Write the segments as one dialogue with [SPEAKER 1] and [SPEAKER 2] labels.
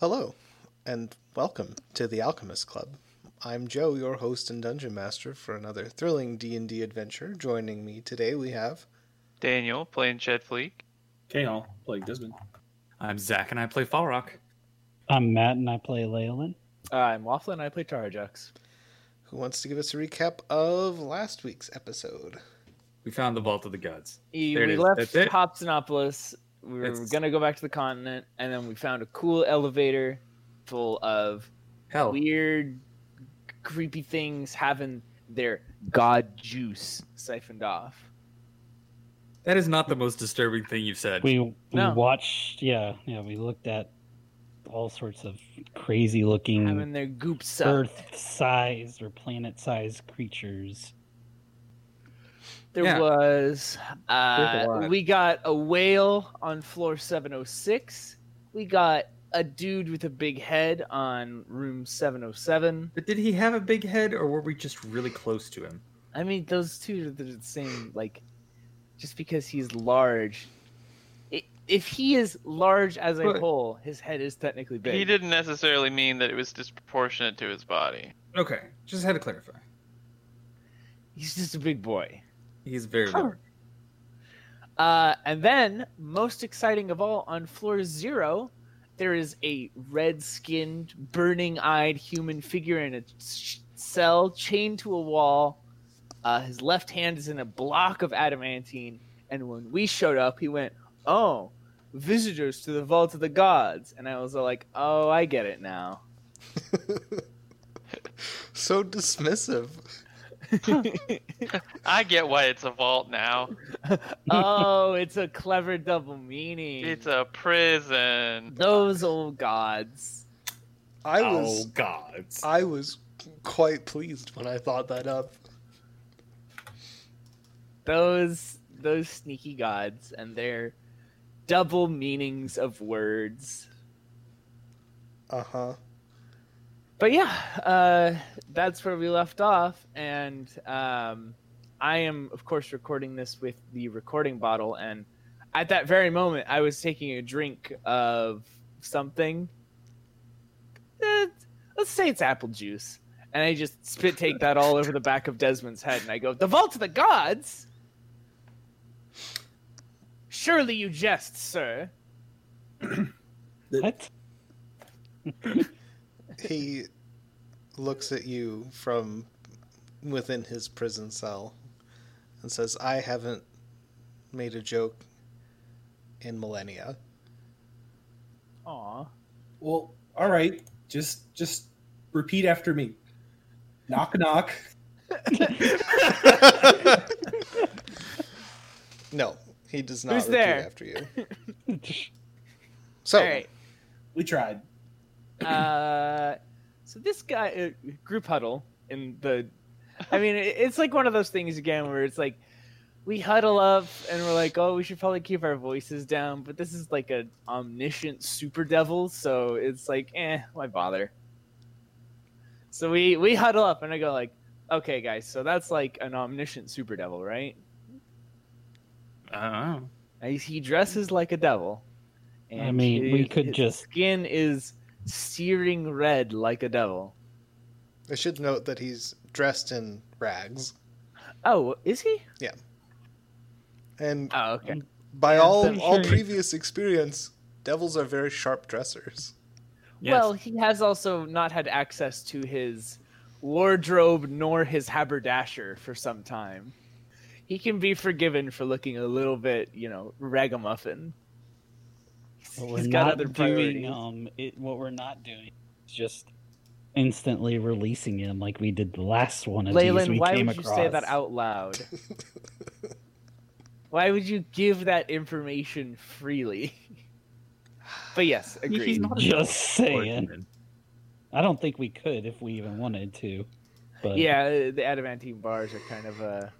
[SPEAKER 1] Hello, and welcome to the Alchemist Club. I'm Joe, your host and dungeon master for another thrilling D&D adventure. Joining me today we have
[SPEAKER 2] Daniel playing Jed Fleek.
[SPEAKER 3] Kale, like Desmond.
[SPEAKER 4] I'm Zach, and I play Fall Rock.
[SPEAKER 5] I'm Matt and I play Leyland.
[SPEAKER 6] I'm Waffle and I play Tarajax.
[SPEAKER 1] who wants to give us a recap of last week's episode.
[SPEAKER 4] We found the Vault of the Gods.
[SPEAKER 6] E-
[SPEAKER 4] There it
[SPEAKER 6] We
[SPEAKER 4] is.
[SPEAKER 6] left
[SPEAKER 4] That's it?
[SPEAKER 6] Hobsonopolis. We were
[SPEAKER 4] It's-
[SPEAKER 6] gonna go back to the continent, and then we found a cool elevator full of
[SPEAKER 4] Hell,
[SPEAKER 6] weird, creepy things having their god juice siphoned off.
[SPEAKER 4] that is not the most disturbing thing you've said.
[SPEAKER 5] We we
[SPEAKER 6] No.
[SPEAKER 5] watched yeah, yeah, we looked at all sorts of crazy
[SPEAKER 6] Having
[SPEAKER 4] Mm.
[SPEAKER 5] looking
[SPEAKER 6] their goop sucked.
[SPEAKER 5] earth sized or planet sized creatures.
[SPEAKER 6] There
[SPEAKER 4] Yeah.
[SPEAKER 6] was.
[SPEAKER 3] There's a
[SPEAKER 6] Uh,
[SPEAKER 3] lot.
[SPEAKER 6] we got a whale on floor 706. We got a dude with a big head on room 707.
[SPEAKER 4] but did he have a big head, or were we just really close to him?
[SPEAKER 6] I mean, those two are the same. Like, just because he's large, i- if he is large as a
[SPEAKER 4] But-
[SPEAKER 6] whole, his head is technically big.
[SPEAKER 2] He didn't necessarily mean that it was disproportionate to his body.
[SPEAKER 4] Okay, just had to clarify.
[SPEAKER 6] He's just a big boy.
[SPEAKER 4] He's very
[SPEAKER 6] Huh.
[SPEAKER 4] large.
[SPEAKER 6] Uh, and then, most exciting of all, on floor zero, there is a red-skinned, burning-eyed human figure in a ch- cell chained to a wall. Uh, his left hand is in a block of adamantine, and when we showed up, he went, "Oh, visitors to the vault of the gods," and I was like, "Oh, I get it now."
[SPEAKER 1] So dismissive.
[SPEAKER 2] I get why it's a vault now.
[SPEAKER 6] oh, it's a clever double meaning.
[SPEAKER 2] It's a prison.
[SPEAKER 6] Those old gods.
[SPEAKER 1] I
[SPEAKER 4] oh
[SPEAKER 1] was
[SPEAKER 4] gods!
[SPEAKER 1] I was quite pleased when I thought that up.
[SPEAKER 6] those those sneaky gods and their double meanings of words.
[SPEAKER 1] Uh-huh.
[SPEAKER 6] But yeah, uh, that's where we left off, and um, I am of course recording this with the recording bottle, and at that very moment, I was taking a drink of something. Eh, let's say it's apple juice. And I just spit take that all over the back of Desmond's head, and I go, "The vault of the gods! Surely you jest, sir."
[SPEAKER 5] What?
[SPEAKER 1] He looks at you from within his prison cell and says, "I haven't made a joke in millennia."
[SPEAKER 6] Aw.
[SPEAKER 3] Well, all right. Just just repeat after me. Knock knock.
[SPEAKER 1] No, he does not
[SPEAKER 6] Who's
[SPEAKER 1] repeat
[SPEAKER 6] there?
[SPEAKER 1] after you. So,
[SPEAKER 6] All right.
[SPEAKER 3] We tried.
[SPEAKER 6] Uh, so this guy uh, group huddle in the. I mean, it- it's like one of those things again where it's like we huddle up and we're like, oh, we should probably keep our voices down, but this is like a omniscient super devil, so it's like, eh, why bother? So we we huddle up and I go like, okay, guys, so that's like an omniscient super devil, right?
[SPEAKER 4] I don't know.
[SPEAKER 6] Uh, he's- He dresses like a devil.
[SPEAKER 5] I mean, we
[SPEAKER 6] his-
[SPEAKER 5] could
[SPEAKER 6] his
[SPEAKER 5] just-
[SPEAKER 6] skin is searing red like a devil.
[SPEAKER 1] I should note that he's dressed in rags,
[SPEAKER 6] Oh, is he?
[SPEAKER 1] and
[SPEAKER 6] Oh, okay.
[SPEAKER 1] by
[SPEAKER 6] Yeah,
[SPEAKER 1] all
[SPEAKER 5] I'm
[SPEAKER 1] all
[SPEAKER 5] sure he-
[SPEAKER 1] previous experience, devils are very sharp dressers.
[SPEAKER 4] Yes.
[SPEAKER 6] Well, he has also not had access to his wardrobe nor his haberdasher for some time. He can be forgiven for looking a little bit, you know, ragamuffin. He's-
[SPEAKER 5] What
[SPEAKER 6] he's
[SPEAKER 5] we're
[SPEAKER 6] got
[SPEAKER 5] not
[SPEAKER 6] other priorities.
[SPEAKER 5] doing um it, what we're not doing is just instantly releasing him like we did the last one of these
[SPEAKER 6] Leyland,
[SPEAKER 5] we
[SPEAKER 6] why
[SPEAKER 5] came
[SPEAKER 6] would you say that
[SPEAKER 5] across.
[SPEAKER 6] out loud? why would you give that information freely? but yes,
[SPEAKER 4] He- he's
[SPEAKER 6] agreed.
[SPEAKER 4] not a
[SPEAKER 5] Just
[SPEAKER 4] devil or a
[SPEAKER 5] saying.
[SPEAKER 4] human.
[SPEAKER 5] I don't think we could if we even wanted to. But
[SPEAKER 6] Yeah, uh, the adamantine bars are kind of a,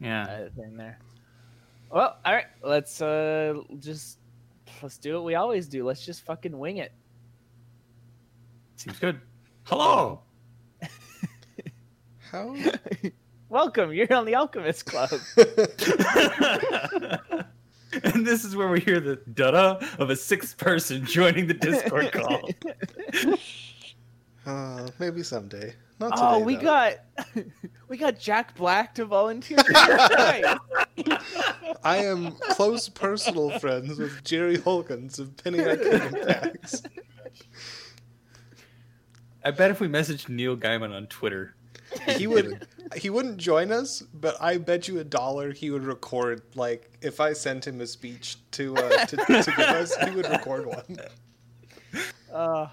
[SPEAKER 4] Yeah.
[SPEAKER 6] a thing there. Well, all right, let's uh just let's do what we always do. Let's just fucking wing it.
[SPEAKER 4] Seems good. Hello.
[SPEAKER 1] How?
[SPEAKER 6] Welcome, you're on the Alchemist Club.
[SPEAKER 4] And this is where we hear the da of a sixth person joining the Discord call.
[SPEAKER 1] Uh, maybe someday. Not today.
[SPEAKER 6] Oh, we
[SPEAKER 1] though.
[SPEAKER 6] got we got Jack Black to volunteer. Jesus Christ.
[SPEAKER 1] I am close personal friends with Jerry Holkins of Pennyback Impacts.
[SPEAKER 4] I bet if we messaged Neil Gaiman on Twitter,
[SPEAKER 1] He would he wouldn't join us, but I bet you a dollar he would record like if I sent him a speech to uh, to, to give us, he would record one.
[SPEAKER 6] Uh,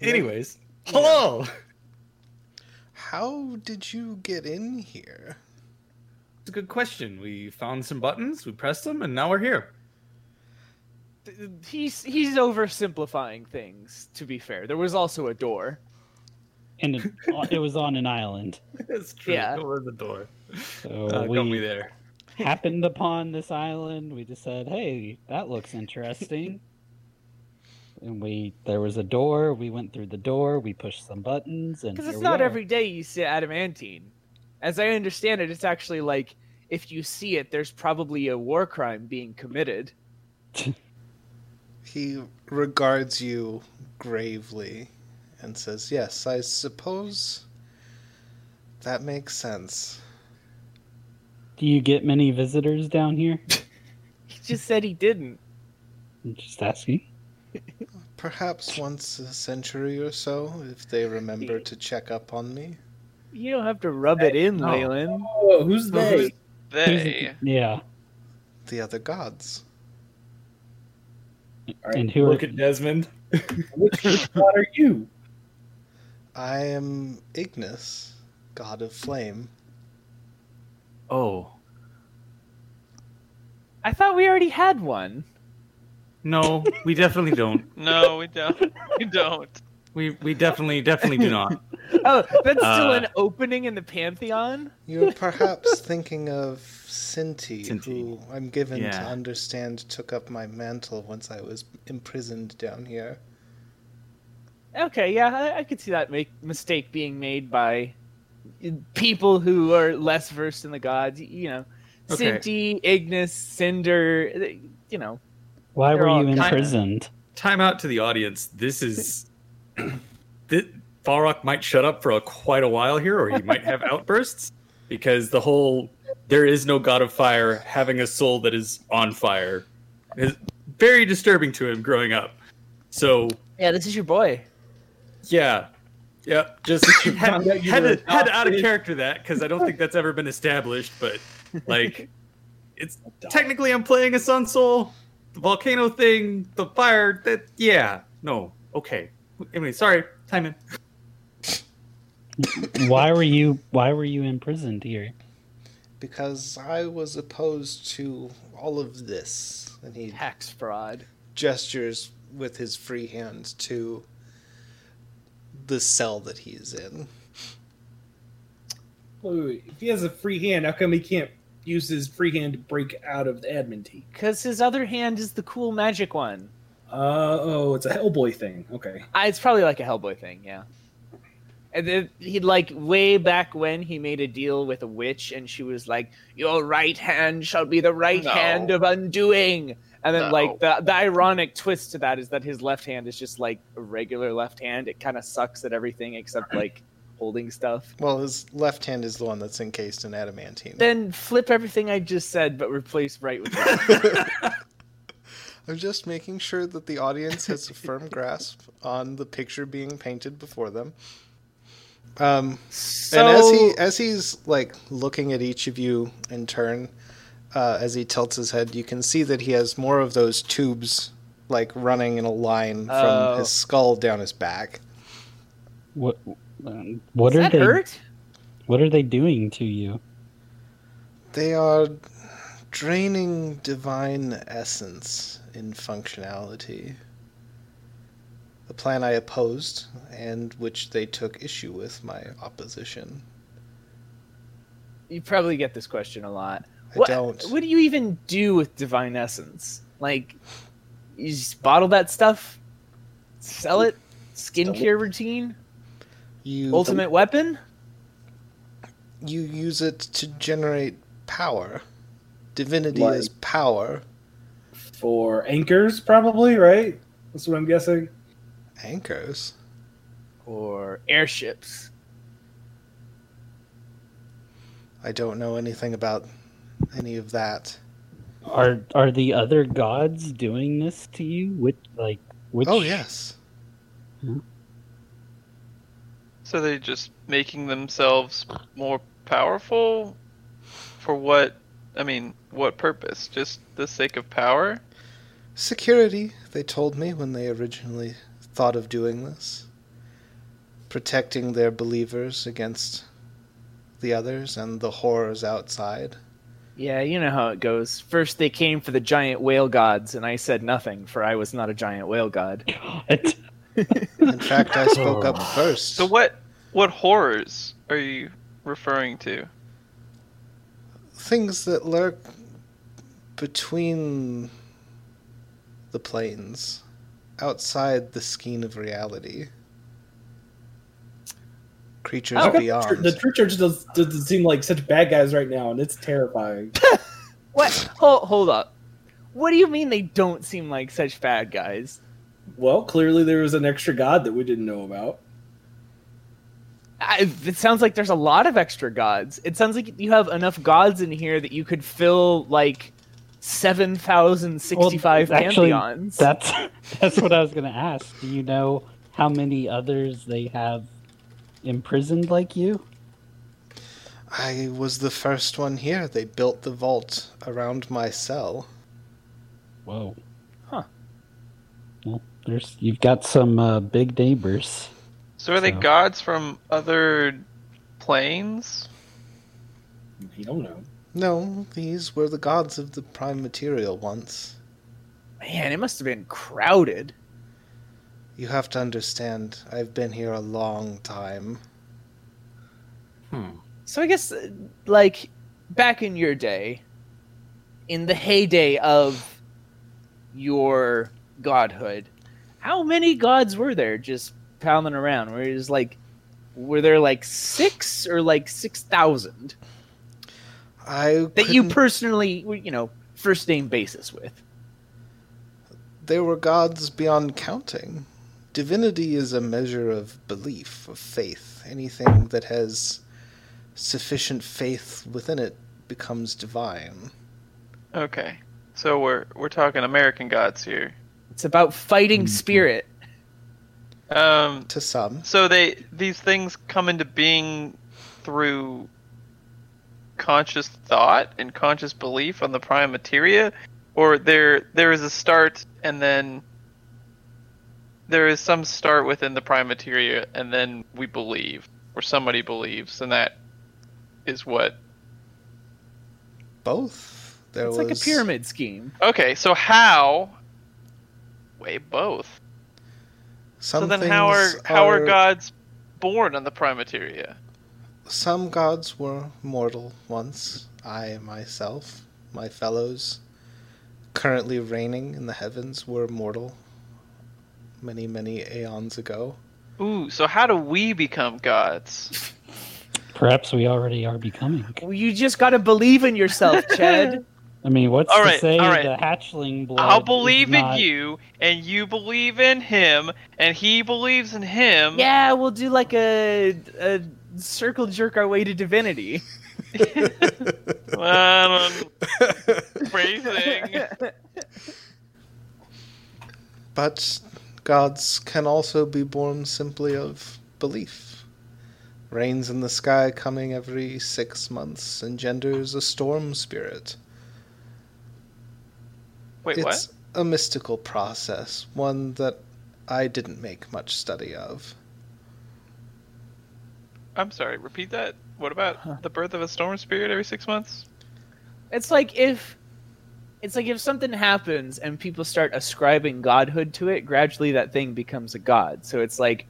[SPEAKER 4] Anyways, hello.
[SPEAKER 1] How did you get in here?
[SPEAKER 4] It's a good question. We found some buttons, we pressed them, and now we're here.
[SPEAKER 6] th- th- he's he's oversimplifying things. To be fair, there was also a door.
[SPEAKER 5] and it, it was on an island.
[SPEAKER 4] That's true.
[SPEAKER 6] Yeah.
[SPEAKER 4] Go in the door.
[SPEAKER 5] So
[SPEAKER 4] Uh, Don't be
[SPEAKER 5] we
[SPEAKER 4] there.
[SPEAKER 5] happened upon this island. We just said, "Hey, that looks interesting." and we there was a door. We went through the door. We pushed some buttons, and
[SPEAKER 6] Because
[SPEAKER 5] here
[SPEAKER 6] it's
[SPEAKER 5] we
[SPEAKER 6] not
[SPEAKER 5] are.
[SPEAKER 6] every day you see adamantine. As I understand it, it's actually like if you see it, there's probably a war crime being committed.
[SPEAKER 1] He regards you gravely and says, "Yes, I suppose that makes sense."
[SPEAKER 5] Do you get many visitors down here?
[SPEAKER 6] He just said he didn't.
[SPEAKER 5] I'm just asking.
[SPEAKER 1] Perhaps once a century or so, if they remember to check up on me.
[SPEAKER 6] You don't have to rub it in,
[SPEAKER 4] no.
[SPEAKER 6] Leyland.
[SPEAKER 3] Oh, who's
[SPEAKER 4] Well, who's-
[SPEAKER 3] they?
[SPEAKER 5] Who's-
[SPEAKER 2] They.
[SPEAKER 5] Yeah,
[SPEAKER 1] The other gods.
[SPEAKER 3] All right.
[SPEAKER 5] and who are
[SPEAKER 4] Look at Desmond.
[SPEAKER 3] Which god are you?
[SPEAKER 1] I am Ignis, god of flame.
[SPEAKER 4] Oh
[SPEAKER 6] I thought we already had one.
[SPEAKER 4] no, we definitely don't.
[SPEAKER 2] No, we don't. We don't.
[SPEAKER 4] We we definitely definitely do not.
[SPEAKER 6] Oh, that's still
[SPEAKER 4] Uh,
[SPEAKER 6] an opening in the pantheon.
[SPEAKER 1] You're perhaps thinking of Sinti,
[SPEAKER 4] Sinti.
[SPEAKER 1] who I'm given to
[SPEAKER 4] Yeah.
[SPEAKER 1] understand took up my mantle once I was imprisoned down here.
[SPEAKER 6] Okay, yeah, I, I could see that make mistake being made by people who are less versed in the gods. You know,
[SPEAKER 4] Okay.
[SPEAKER 6] Sinti, Ignis, Cinder. You know,
[SPEAKER 5] why
[SPEAKER 6] They're
[SPEAKER 5] were
[SPEAKER 6] all
[SPEAKER 5] you
[SPEAKER 6] kinda-
[SPEAKER 5] imprisoned?
[SPEAKER 4] Time out to the audience. This is this, Balrock might shut up for a, quite a while here, or he might have outbursts because the whole "there is no god of fire" having a soul that is on fire is very disturbing to him growing up. So
[SPEAKER 6] yeah, this is your boy.
[SPEAKER 4] yeah, yeah, just had,
[SPEAKER 3] Found out you
[SPEAKER 4] had,
[SPEAKER 3] were
[SPEAKER 4] to, had to out of
[SPEAKER 3] adopted.
[SPEAKER 4] character that because I don't think that's ever been established, but like it's technically I'm playing a sun soul, the volcano thing, the fire. That yeah, no, okay. Anyway, sorry, time in.
[SPEAKER 5] why were you Why were you imprisoned here?
[SPEAKER 1] Because I was opposed to all of this. And he
[SPEAKER 6] Tax fraud.
[SPEAKER 1] gestures with his free hand to the cell that he's in.
[SPEAKER 3] Wait, wait, wait. If he has a free hand, how come he can't use his free hand to break out of the adamantine?
[SPEAKER 6] Because his other hand is the cool magic one.
[SPEAKER 3] Uh, oh, it's a Hellboy thing. Okay.
[SPEAKER 6] Uh, It's probably like a Hellboy thing, yeah. And then he'd like way back when he made a deal with a witch, and she was like, "Your right hand shall be the right
[SPEAKER 2] No.
[SPEAKER 6] hand of undoing." And then
[SPEAKER 2] No.
[SPEAKER 6] like the the ironic twist to that is that his left hand is just like a regular left hand. It kind of sucks at everything except like holding stuff.
[SPEAKER 1] Well, his left hand is the one that's encased in adamantine.
[SPEAKER 6] Then flip everything I just said, but replace right with left.
[SPEAKER 1] I'm just making sure that the audience has a firm grasp on the picture being painted before them. Um,
[SPEAKER 6] so
[SPEAKER 1] and as he as he's like looking at each of you in turn, uh, as he tilts his head, you can see that he has more of those tubes like running in a line from
[SPEAKER 6] Oh.
[SPEAKER 1] his skull down his back.
[SPEAKER 5] What um, What
[SPEAKER 6] does
[SPEAKER 5] are
[SPEAKER 6] that
[SPEAKER 5] they
[SPEAKER 6] hurt?
[SPEAKER 5] What are they doing to you?
[SPEAKER 1] They are draining divine essence in functionality. The plan I opposed, and which they took issue with my opposition.
[SPEAKER 6] You probably get this question a lot.
[SPEAKER 1] I don't.
[SPEAKER 6] What do you even do with divine essence? Like, you just bottle that stuff, sell it, skincare routine,
[SPEAKER 1] You
[SPEAKER 6] ultimate weapon.
[SPEAKER 1] you use it to generate power. Divinity
[SPEAKER 3] Like-
[SPEAKER 1] is power.
[SPEAKER 3] for anchors, probably, right? That's what I'm guessing.
[SPEAKER 1] Anchors.
[SPEAKER 6] or airships.
[SPEAKER 1] I don't know anything about any of that.
[SPEAKER 5] Are are the other gods doing this to you? Which like which?
[SPEAKER 1] Oh yes.
[SPEAKER 2] So they just making themselves more powerful for what? I mean, what purpose? Just the sake of power?
[SPEAKER 1] Security, they told me when they originally thought of doing this. Protecting their believers against the others and the horrors outside.
[SPEAKER 6] Yeah, you know how it goes. First they came for the giant whale gods, and I said nothing, for I was not a giant whale god.
[SPEAKER 5] God.
[SPEAKER 1] In fact, I spoke up first.
[SPEAKER 2] So what? What horrors are you referring to?
[SPEAKER 1] Things that lurk between the planes, outside the skein of reality. Creatures
[SPEAKER 3] How come
[SPEAKER 1] beyond.
[SPEAKER 3] The True Church does, doesn't seem like such bad guys right now, and it's terrifying.
[SPEAKER 6] What? hold, hold up. What do you mean they don't seem like such bad guys?
[SPEAKER 3] well, clearly there was an extra god that we didn't know about.
[SPEAKER 6] I, it sounds like there's a lot of extra gods. It sounds like you have enough gods in here that you could fill like seven thousand sixty-five
[SPEAKER 5] Well, actually,
[SPEAKER 6] pantheons.
[SPEAKER 5] That's that's what I was gonna ask. Do you know how many others they have imprisoned like you?
[SPEAKER 1] I was the first one here. They built the vault around my cell.
[SPEAKER 5] Whoa.
[SPEAKER 6] Huh.
[SPEAKER 5] Well, there's you've got some uh, big neighbors.
[SPEAKER 2] So are they
[SPEAKER 5] So-
[SPEAKER 2] gods from other planes?
[SPEAKER 3] You don't know.
[SPEAKER 1] No, these were the gods of the prime material once.
[SPEAKER 6] Man, it must have been crowded.
[SPEAKER 1] You have to understand, I've been here a long time.
[SPEAKER 6] So I guess, uh, like, back in your day, in the heyday of your godhood, how many gods were there just pounding around? Where it was like, were there like six or like six thousand
[SPEAKER 1] I
[SPEAKER 6] that you
[SPEAKER 1] couldn't-
[SPEAKER 6] personally, you know, first name basis with?
[SPEAKER 1] there were gods beyond counting. Divinity is a measure of belief, of faith. Anything that has sufficient faith within it becomes divine.
[SPEAKER 2] Okay. So we're we're talking American gods here.
[SPEAKER 6] It's about fighting
[SPEAKER 5] Mhm.
[SPEAKER 6] spirit.
[SPEAKER 2] Um
[SPEAKER 1] To some,
[SPEAKER 2] so they these things come into being through conscious thought and conscious belief on the prime materia or there there is a start and then there is some start within the prime materia and then we believe or somebody believes and that is what
[SPEAKER 1] both. There
[SPEAKER 6] It's
[SPEAKER 1] was
[SPEAKER 6] like a pyramid scheme.
[SPEAKER 2] okay so how wait both
[SPEAKER 1] Some
[SPEAKER 2] so then how are
[SPEAKER 1] things
[SPEAKER 2] how are gods born on the prime materia
[SPEAKER 1] Some gods were mortal once. I myself, my fellows, currently reigning in the heavens, were mortal many, many aeons ago.
[SPEAKER 2] ooh so how do we become gods
[SPEAKER 5] Perhaps we already are becoming.
[SPEAKER 6] Well, You just gotta believe in yourself, Chad.
[SPEAKER 5] I mean, what's
[SPEAKER 2] All
[SPEAKER 5] to
[SPEAKER 2] right,
[SPEAKER 5] say
[SPEAKER 2] all right.
[SPEAKER 5] the hatchling blood?
[SPEAKER 2] I'll
[SPEAKER 5] is
[SPEAKER 2] believe in
[SPEAKER 5] not-
[SPEAKER 2] you, and you believe in him, and he believes in him.
[SPEAKER 6] yeah, we'll do like a, a circle jerk our way to divinity.
[SPEAKER 2] Um, phrasing.
[SPEAKER 1] But gods can also be born simply of belief. Rains in the sky coming every six months engenders a storm spirit.
[SPEAKER 2] Wait, what?
[SPEAKER 1] it's a mystical process, one that I didn't make much study of.
[SPEAKER 2] I'm sorry. Repeat that. What about the birth of a storm spirit every six months?
[SPEAKER 6] It's like if it's like if something happens and people start ascribing godhood to it, gradually that thing becomes a god. So it's like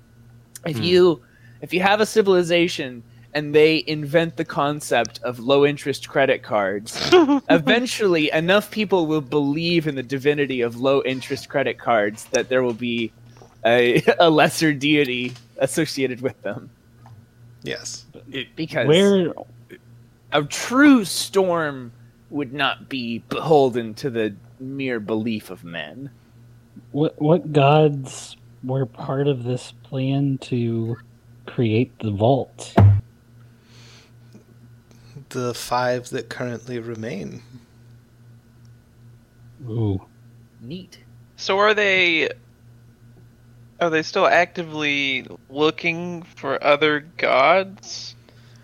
[SPEAKER 6] if
[SPEAKER 4] Hmm.
[SPEAKER 6] you if you have a civilization and they invent the concept of low interest credit cards, eventually enough people will believe in the divinity of low interest credit cards that there will be a, a lesser deity associated with them
[SPEAKER 1] Yes.
[SPEAKER 6] because
[SPEAKER 5] Where
[SPEAKER 6] a true storm would not be beholden to the mere belief of men.
[SPEAKER 5] What what gods were part of this plan to create the vault?
[SPEAKER 1] The five that currently remain.
[SPEAKER 5] Ooh.
[SPEAKER 6] Neat.
[SPEAKER 2] So are they are they still actively looking for other gods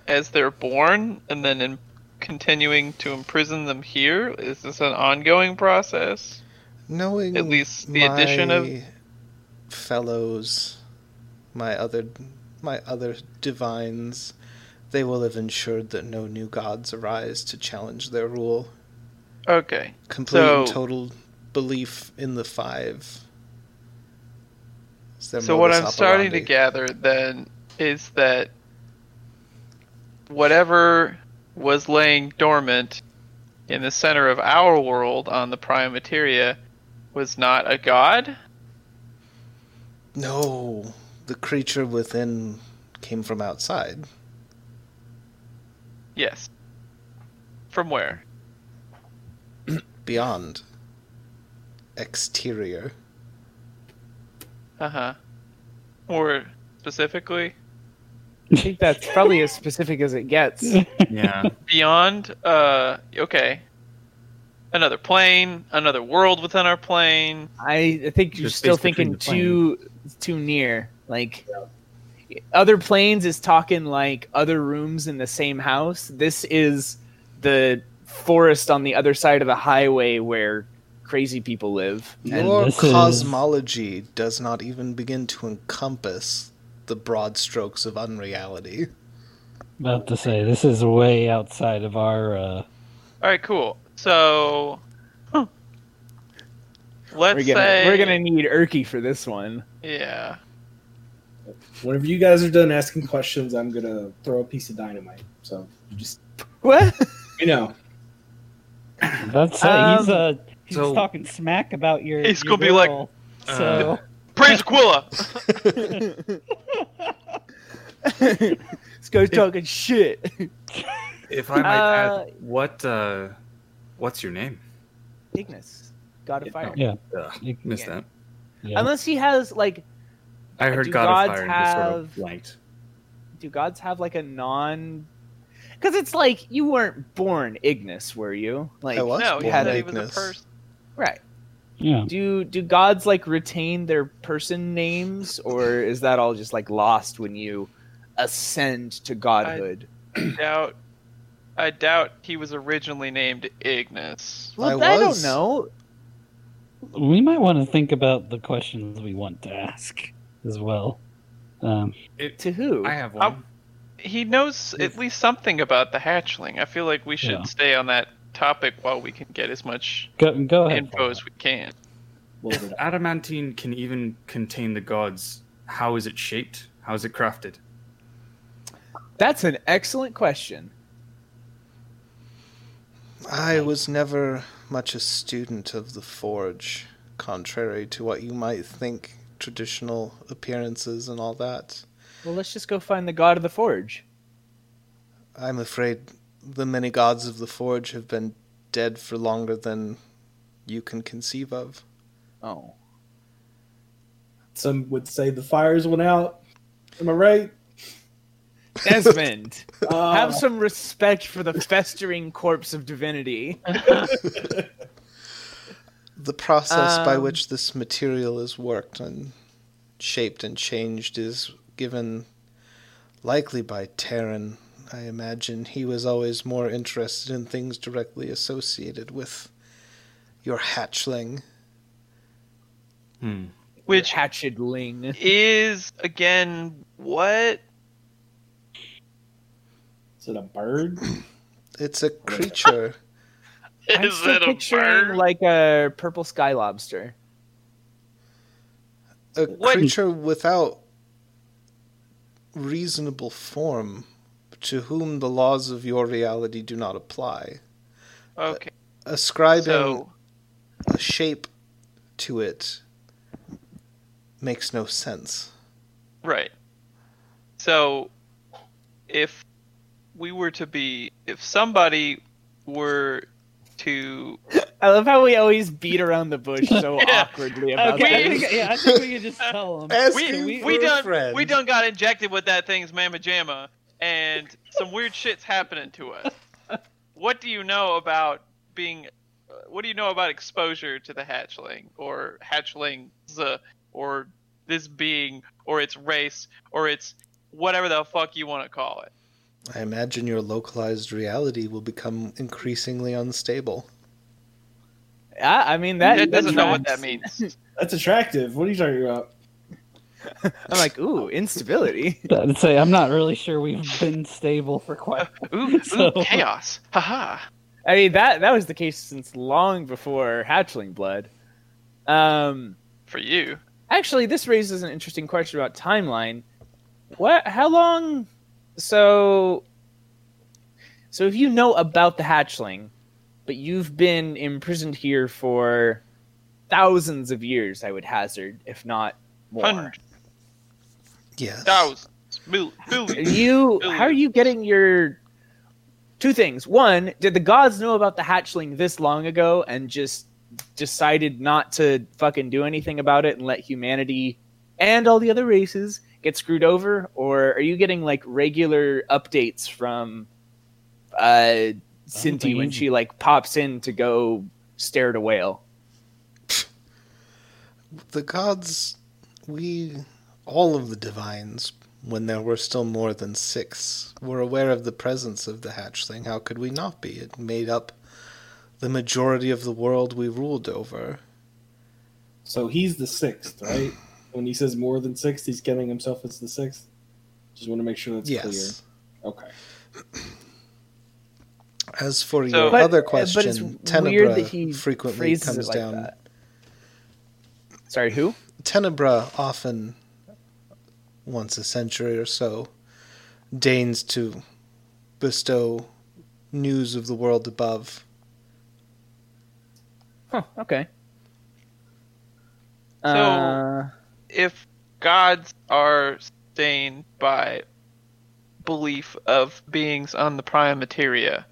[SPEAKER 2] as they're born and then in, continuing to imprison them here? Is this an ongoing process?
[SPEAKER 1] Knowing
[SPEAKER 2] At least the addition of-
[SPEAKER 1] my fellows, my other, my other divines, they will have ensured that no new gods arise to challenge their rule.
[SPEAKER 2] Okay.
[SPEAKER 1] Complete and
[SPEAKER 2] So-
[SPEAKER 1] total belief in the five. is their
[SPEAKER 2] So what
[SPEAKER 1] modus
[SPEAKER 2] I'm starting to
[SPEAKER 1] operandi.
[SPEAKER 2] gather then is that whatever was laying dormant in the center of our world on the prime materia was not a god.
[SPEAKER 1] No, the creature within came from outside.
[SPEAKER 2] Yes. From where?
[SPEAKER 1] Beyond. Exterior.
[SPEAKER 2] Uh huh. Or specifically
[SPEAKER 6] I think that's probably as specific as it gets.
[SPEAKER 4] Yeah.
[SPEAKER 2] beyond. Uh, okay. Another plane, another world within our plane.
[SPEAKER 6] I, I think you're
[SPEAKER 4] Just
[SPEAKER 6] still
[SPEAKER 4] space between
[SPEAKER 6] thinking
[SPEAKER 4] the planes.
[SPEAKER 6] too too near. Like other planes is talking like other rooms in the same house. This is the forest on the other side of the highway where crazy people live.
[SPEAKER 5] And
[SPEAKER 1] Your
[SPEAKER 5] this is-
[SPEAKER 1] cosmology does not even begin to encompass the broad strokes of unreality.
[SPEAKER 5] About to say this is way outside of our uh
[SPEAKER 2] All right, cool. So, huh. let's
[SPEAKER 6] We're gonna
[SPEAKER 2] say
[SPEAKER 6] we're gonna need Erky for this one.
[SPEAKER 2] yeah.
[SPEAKER 3] Whenever you guys are done asking questions, I'm gonna throw a piece of dynamite. So you just
[SPEAKER 6] What?
[SPEAKER 3] you know,
[SPEAKER 5] that's it. he's
[SPEAKER 6] Um,
[SPEAKER 5] uh he's
[SPEAKER 4] so-
[SPEAKER 5] talking smack about your
[SPEAKER 2] He's
[SPEAKER 5] your
[SPEAKER 2] gonna be like,
[SPEAKER 5] girl,
[SPEAKER 4] uh,
[SPEAKER 5] so
[SPEAKER 2] Praise Aquila.
[SPEAKER 6] this guy's talking shit.
[SPEAKER 4] If I might
[SPEAKER 6] Uh,
[SPEAKER 4] add, what uh, what's your name?
[SPEAKER 6] Ignis, God of Fire.
[SPEAKER 5] Yeah.
[SPEAKER 4] Ugh,
[SPEAKER 5] You-
[SPEAKER 4] missed
[SPEAKER 6] Yeah.
[SPEAKER 4] that.
[SPEAKER 5] yeah.
[SPEAKER 6] Unless he has like
[SPEAKER 4] I heard
[SPEAKER 6] Do
[SPEAKER 4] God
[SPEAKER 6] gods
[SPEAKER 4] of Fire and just sort
[SPEAKER 6] have-
[SPEAKER 4] of blanked.
[SPEAKER 6] do gods have like a non because it's like you weren't born ignis were you like
[SPEAKER 1] I was
[SPEAKER 2] no, he
[SPEAKER 1] born
[SPEAKER 2] said
[SPEAKER 6] a-
[SPEAKER 2] he was a
[SPEAKER 1] Ignis.
[SPEAKER 2] person.
[SPEAKER 6] right
[SPEAKER 5] yeah.
[SPEAKER 6] do do gods like retain their person names or is that all just like lost when you ascend to godhood
[SPEAKER 2] Doubt. I doubt he was originally named Ignis.
[SPEAKER 6] well
[SPEAKER 1] I
[SPEAKER 6] I don't
[SPEAKER 1] was.
[SPEAKER 6] know
[SPEAKER 5] We might want to think about the questions we want to ask as well. Um,
[SPEAKER 4] It,
[SPEAKER 6] to who
[SPEAKER 4] I have one.
[SPEAKER 2] He knows at least something about the hatchling. I feel like we should
[SPEAKER 5] Yeah.
[SPEAKER 2] stay on that topic while we can get as much
[SPEAKER 5] go go ahead.
[SPEAKER 2] info as we can.
[SPEAKER 3] we'll
[SPEAKER 4] If adamantine can even contain the gods, how is it shaped? How is it crafted?
[SPEAKER 6] that's an excellent question
[SPEAKER 1] I was never much a student of the forge, contrary to what you might think traditional appearances and all that.
[SPEAKER 6] well let's just go find the god of the forge
[SPEAKER 1] I'm afraid the many gods of the forge have been dead for longer than you can conceive of.
[SPEAKER 6] oh
[SPEAKER 3] some would say the fires went out. Am I right?
[SPEAKER 6] desmond
[SPEAKER 7] Oh.
[SPEAKER 3] Uh,
[SPEAKER 6] have some respect for the festering corpse of divinity
[SPEAKER 1] The process by
[SPEAKER 6] Um,
[SPEAKER 1] which this material is worked and shaped and changed is given likely by Terran. I imagine he was always more interested in things directly associated with your hatchling.
[SPEAKER 4] Hmm.
[SPEAKER 2] Which
[SPEAKER 6] hatchetling
[SPEAKER 2] is again what
[SPEAKER 3] is it a bird?
[SPEAKER 1] It's a creature.
[SPEAKER 6] I'm
[SPEAKER 2] is
[SPEAKER 6] still
[SPEAKER 2] it a
[SPEAKER 6] picturing
[SPEAKER 2] bird?
[SPEAKER 6] like a purple sky lobster.
[SPEAKER 1] a
[SPEAKER 2] What-
[SPEAKER 1] creature without reasonable form to whom the laws of your reality do not apply.
[SPEAKER 2] okay,
[SPEAKER 1] Ascribing
[SPEAKER 2] so
[SPEAKER 1] a shape to it makes no sense.
[SPEAKER 2] Right. So, if we were to be, if somebody were to
[SPEAKER 6] I love how we always beat around the bush so
[SPEAKER 2] Yeah.
[SPEAKER 6] awkwardly about
[SPEAKER 5] Okay, I
[SPEAKER 2] we-
[SPEAKER 6] this.
[SPEAKER 5] think, yeah, I think we can just tell them.
[SPEAKER 1] Ask
[SPEAKER 2] we
[SPEAKER 1] him
[SPEAKER 2] we,
[SPEAKER 1] for a
[SPEAKER 2] done
[SPEAKER 1] friend.
[SPEAKER 2] we done got injected with that thing's mamma jamma, and some weird shit's happening to us. What do you know about being? uh, What do you know about exposure to the hatchling or hatchlings uh, or this being or its race or its whatever the fuck you want to call it?
[SPEAKER 1] I imagine your localized reality will become increasingly unstable.
[SPEAKER 6] Yeah, I mean that.
[SPEAKER 2] it
[SPEAKER 6] that
[SPEAKER 2] doesn't know what
[SPEAKER 6] tracks.
[SPEAKER 2] that means.
[SPEAKER 3] That's attractive. What are you talking about?
[SPEAKER 6] I'm like, ooh, instability.
[SPEAKER 5] I'd say I'm not really sure we've been stable for quite.
[SPEAKER 2] Ooh,
[SPEAKER 5] So-
[SPEAKER 2] ooh chaos! Haha!
[SPEAKER 6] I mean that that was the case since long before Hatchling Blood. Um,
[SPEAKER 2] For you,
[SPEAKER 6] actually, this raises an interesting question about timeline. What? How long? So, so if you know about the Hatchling, but you've been imprisoned here for thousands of years, I would hazard, if not more.
[SPEAKER 2] hundreds,
[SPEAKER 1] Yes.
[SPEAKER 2] thousands, mil- billions.
[SPEAKER 6] Are you how are you getting your two things one did the gods know about the hatchling this long ago and just decided not to fucking do anything about it and let humanity and all the other races get screwed over or are you getting like regular updates from uh cindy when
[SPEAKER 5] you-
[SPEAKER 6] she like pops in to go stare at a whale
[SPEAKER 1] the gods, we, all of the divines, when there were still more than six, were aware of the presence of the hatchling. How could we not be? It made up the majority of the world we ruled over.
[SPEAKER 3] So he's the sixth, right? When he says more than sixth, he's counting himself as the sixth. Just want to make sure that's
[SPEAKER 1] yes.
[SPEAKER 3] clear. Okay.
[SPEAKER 1] As for
[SPEAKER 2] So-
[SPEAKER 1] your
[SPEAKER 2] But-
[SPEAKER 1] other
[SPEAKER 6] but it's
[SPEAKER 1] question,
[SPEAKER 6] weird that
[SPEAKER 1] Tenebra
[SPEAKER 6] he
[SPEAKER 1] frequently
[SPEAKER 6] phrases it
[SPEAKER 1] comes
[SPEAKER 6] like
[SPEAKER 1] down.
[SPEAKER 6] that. sorry who
[SPEAKER 1] Tenebra often, once a century or so, deigns to bestow news of the world above.
[SPEAKER 6] Huh, okay.
[SPEAKER 2] So-
[SPEAKER 6] Uh,
[SPEAKER 2] if gods are stained by belief of beings on the prime materia,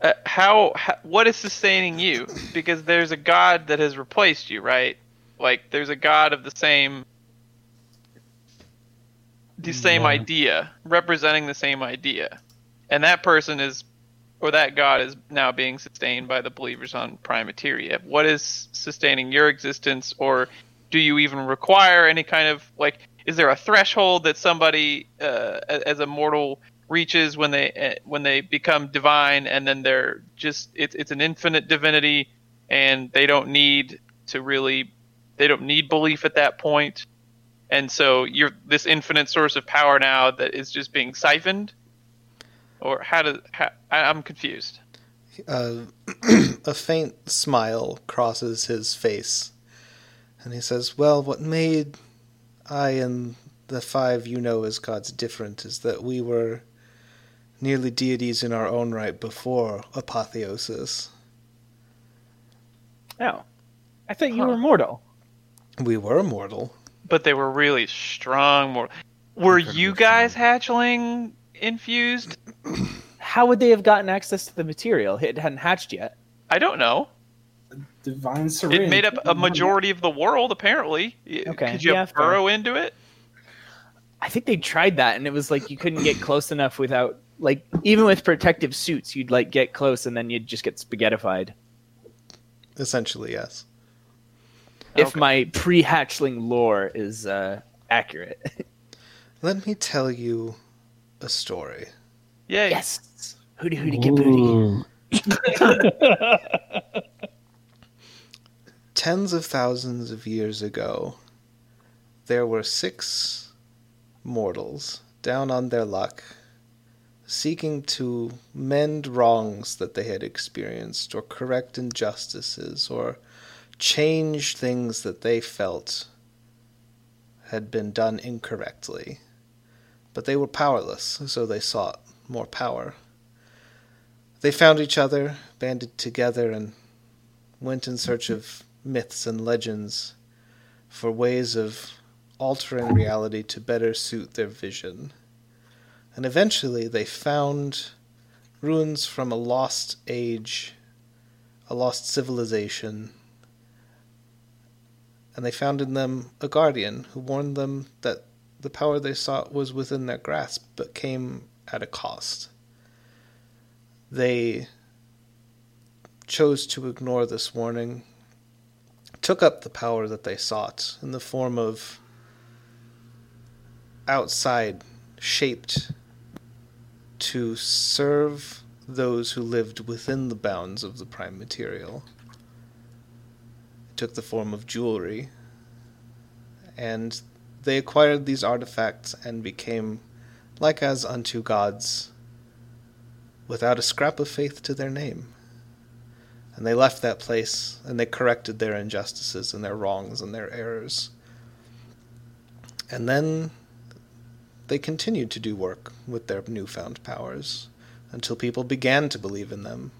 [SPEAKER 2] uh, how, how what is sustaining you? Because there's a god that has replaced you, right? Like there's a god of the same the same
[SPEAKER 5] Yeah.
[SPEAKER 2] idea, representing the same idea. And that person is or that god is now being sustained by the believers on prime materia. What is sustaining your existence or do you even require any kind of like is there a threshold that somebody uh, a- as a mortal reaches when they eh, when they become divine and then they're just it's it's an infinite divinity and they don't need to really they don't need belief at that point and so you're this infinite source of power now that is just being siphoned or how do how, I, i'm confused
[SPEAKER 1] Uh, a faint smile crosses his face, and he says, Well, what made I and the five you know as gods different is that we were nearly deities in our own right before apotheosis.
[SPEAKER 6] oh, I thought you
[SPEAKER 2] Huh.
[SPEAKER 6] were mortal.
[SPEAKER 1] We were immortal.
[SPEAKER 2] but they were really strong more were you guys hatchling infused
[SPEAKER 6] How would they have gotten access to the material? It hadn't hatched yet.
[SPEAKER 2] i don't know
[SPEAKER 3] Divine Serenity.
[SPEAKER 2] It made up a majority of the world, apparently. Y-
[SPEAKER 6] Okay,
[SPEAKER 2] Could you
[SPEAKER 6] yeah, fair.
[SPEAKER 2] burrow into it?
[SPEAKER 6] I think they tried that, and it was like you couldn't get close enough without, like, even with protective suits, you'd like get close, and then you'd just get spaghettified.
[SPEAKER 1] Essentially, yes.
[SPEAKER 6] If
[SPEAKER 2] Okay.
[SPEAKER 6] my pre-hatchling lore is uh, accurate,
[SPEAKER 1] Let me tell you a story.
[SPEAKER 2] Yeah.
[SPEAKER 6] yes. Hooty hooty get booty.
[SPEAKER 1] tens of thousands of years ago, there were six mortals down on their luck, seeking to mend wrongs that they had experienced, or correct injustices, or change things that they felt had been done incorrectly. But they were powerless, so they sought more power. They found each other, banded together, and went in search of myths and legends for ways of altering reality to better suit their vision. And eventually they found ruins from a lost age, a lost civilization, and they found in them a guardian who warned them that the power they sought was within their grasp, but came at a cost. They chose to ignore this warning, took up the power that they sought in the form of outside shaped to serve those who lived within the bounds of the prime material. It took the form of jewelry, and they acquired these artifacts and became like as unto gods without a scrap of faith to their name. And they left that place and they corrected their injustices and their wrongs and their errors. And then they continued to do work with their newfound powers until people began to believe in them.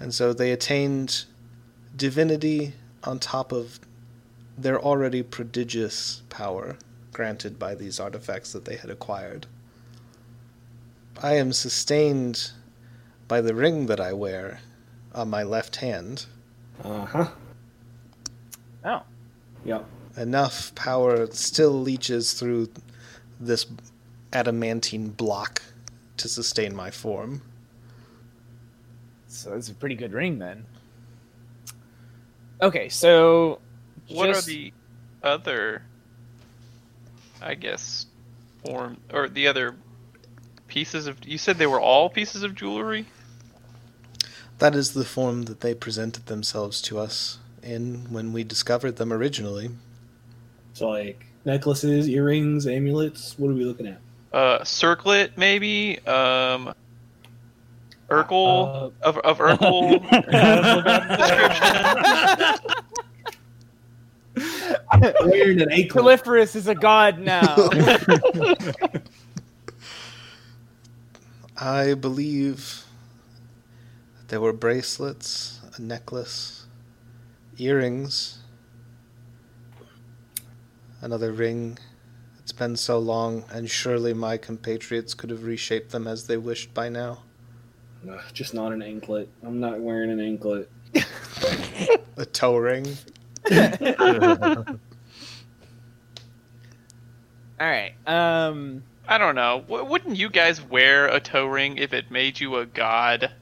[SPEAKER 1] And so they attained divinity on top of their already prodigious power granted by these artifacts that they had acquired. I am sustained by the ring that I wear on my left hand.
[SPEAKER 3] Uh huh.
[SPEAKER 6] Oh.
[SPEAKER 3] Yeah.
[SPEAKER 1] Enough power still leeches through this adamantine block to sustain my form.
[SPEAKER 6] So that's a pretty good ring then. Okay, so
[SPEAKER 2] What
[SPEAKER 6] just-
[SPEAKER 2] are the other, I guess, form or the other pieces of? You said they were all pieces of jewelry.
[SPEAKER 1] That is the form that they presented themselves to us in when we discovered them originally.
[SPEAKER 3] So like necklaces, earrings, amulets. What are we looking at?
[SPEAKER 2] Uh, circlet maybe. Um, Urkel
[SPEAKER 5] Uh,
[SPEAKER 2] of of Urkel.
[SPEAKER 3] Uh, Wearing an ankle.
[SPEAKER 6] Proliferous is a god now.
[SPEAKER 1] I believe there were bracelets, a necklace, earrings, another ring. It's been so long, and surely my compatriots could have reshaped them as they wished by now.
[SPEAKER 3] Ugh, just not an anklet. I'm not wearing an anklet.
[SPEAKER 1] A toe ring.
[SPEAKER 6] All right. Um.
[SPEAKER 2] I don't know. W- wouldn't you guys wear a toe ring if it made you a god?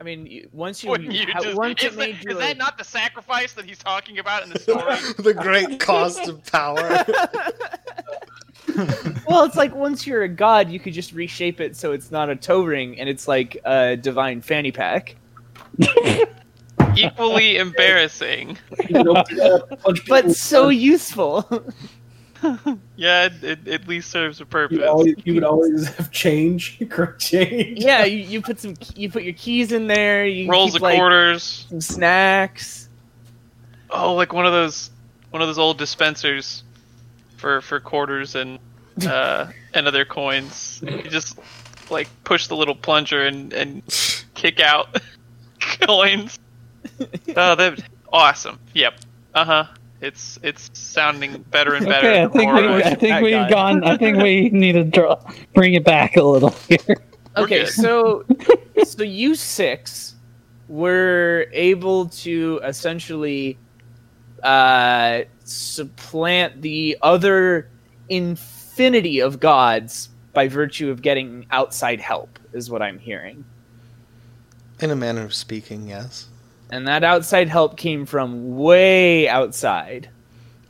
[SPEAKER 6] I mean, you- once you,
[SPEAKER 2] Wouldn't you
[SPEAKER 6] how-
[SPEAKER 2] just?
[SPEAKER 6] once
[SPEAKER 2] is
[SPEAKER 6] it
[SPEAKER 2] that-
[SPEAKER 6] made you
[SPEAKER 2] is
[SPEAKER 6] a-
[SPEAKER 2] that not the sacrifice that he's talking about in the story?
[SPEAKER 1] the great cost of power.
[SPEAKER 6] well, it's like once you're a god, you could just reshape it so it's not a toe ring and it's like a divine fanny pack.
[SPEAKER 2] Equally embarrassing.
[SPEAKER 3] You know, punch people-
[SPEAKER 6] But so useful.
[SPEAKER 2] Yeah, it, it at least serves a purpose.
[SPEAKER 3] you, always, you would always have change, correct change.
[SPEAKER 6] yeah, you, you put some you put your keys in there. You
[SPEAKER 2] Rolls
[SPEAKER 6] keep,
[SPEAKER 2] of
[SPEAKER 6] like,
[SPEAKER 2] quarters.
[SPEAKER 6] some snacks.
[SPEAKER 2] Oh, like one of those, one of those old dispensers for for quarters and uh, and other coins. You just like push the little plunger and and kick out coins. Oh, that awesome. Yep. Uh huh. It's it's sounding better and better.
[SPEAKER 5] okay, I
[SPEAKER 2] the
[SPEAKER 5] think
[SPEAKER 2] more
[SPEAKER 5] we,
[SPEAKER 2] I-
[SPEAKER 5] I think
[SPEAKER 6] That
[SPEAKER 5] we've
[SPEAKER 6] guy.
[SPEAKER 5] gone. I think we need to draw, bring it back a little here.
[SPEAKER 2] We're
[SPEAKER 6] okay,
[SPEAKER 2] good.
[SPEAKER 6] so so you six were able to essentially uh, supplant the other infinity of gods by virtue of getting outside help, is what I'm hearing.
[SPEAKER 1] In a manner of speaking, yes.
[SPEAKER 6] And that outside help came from way outside.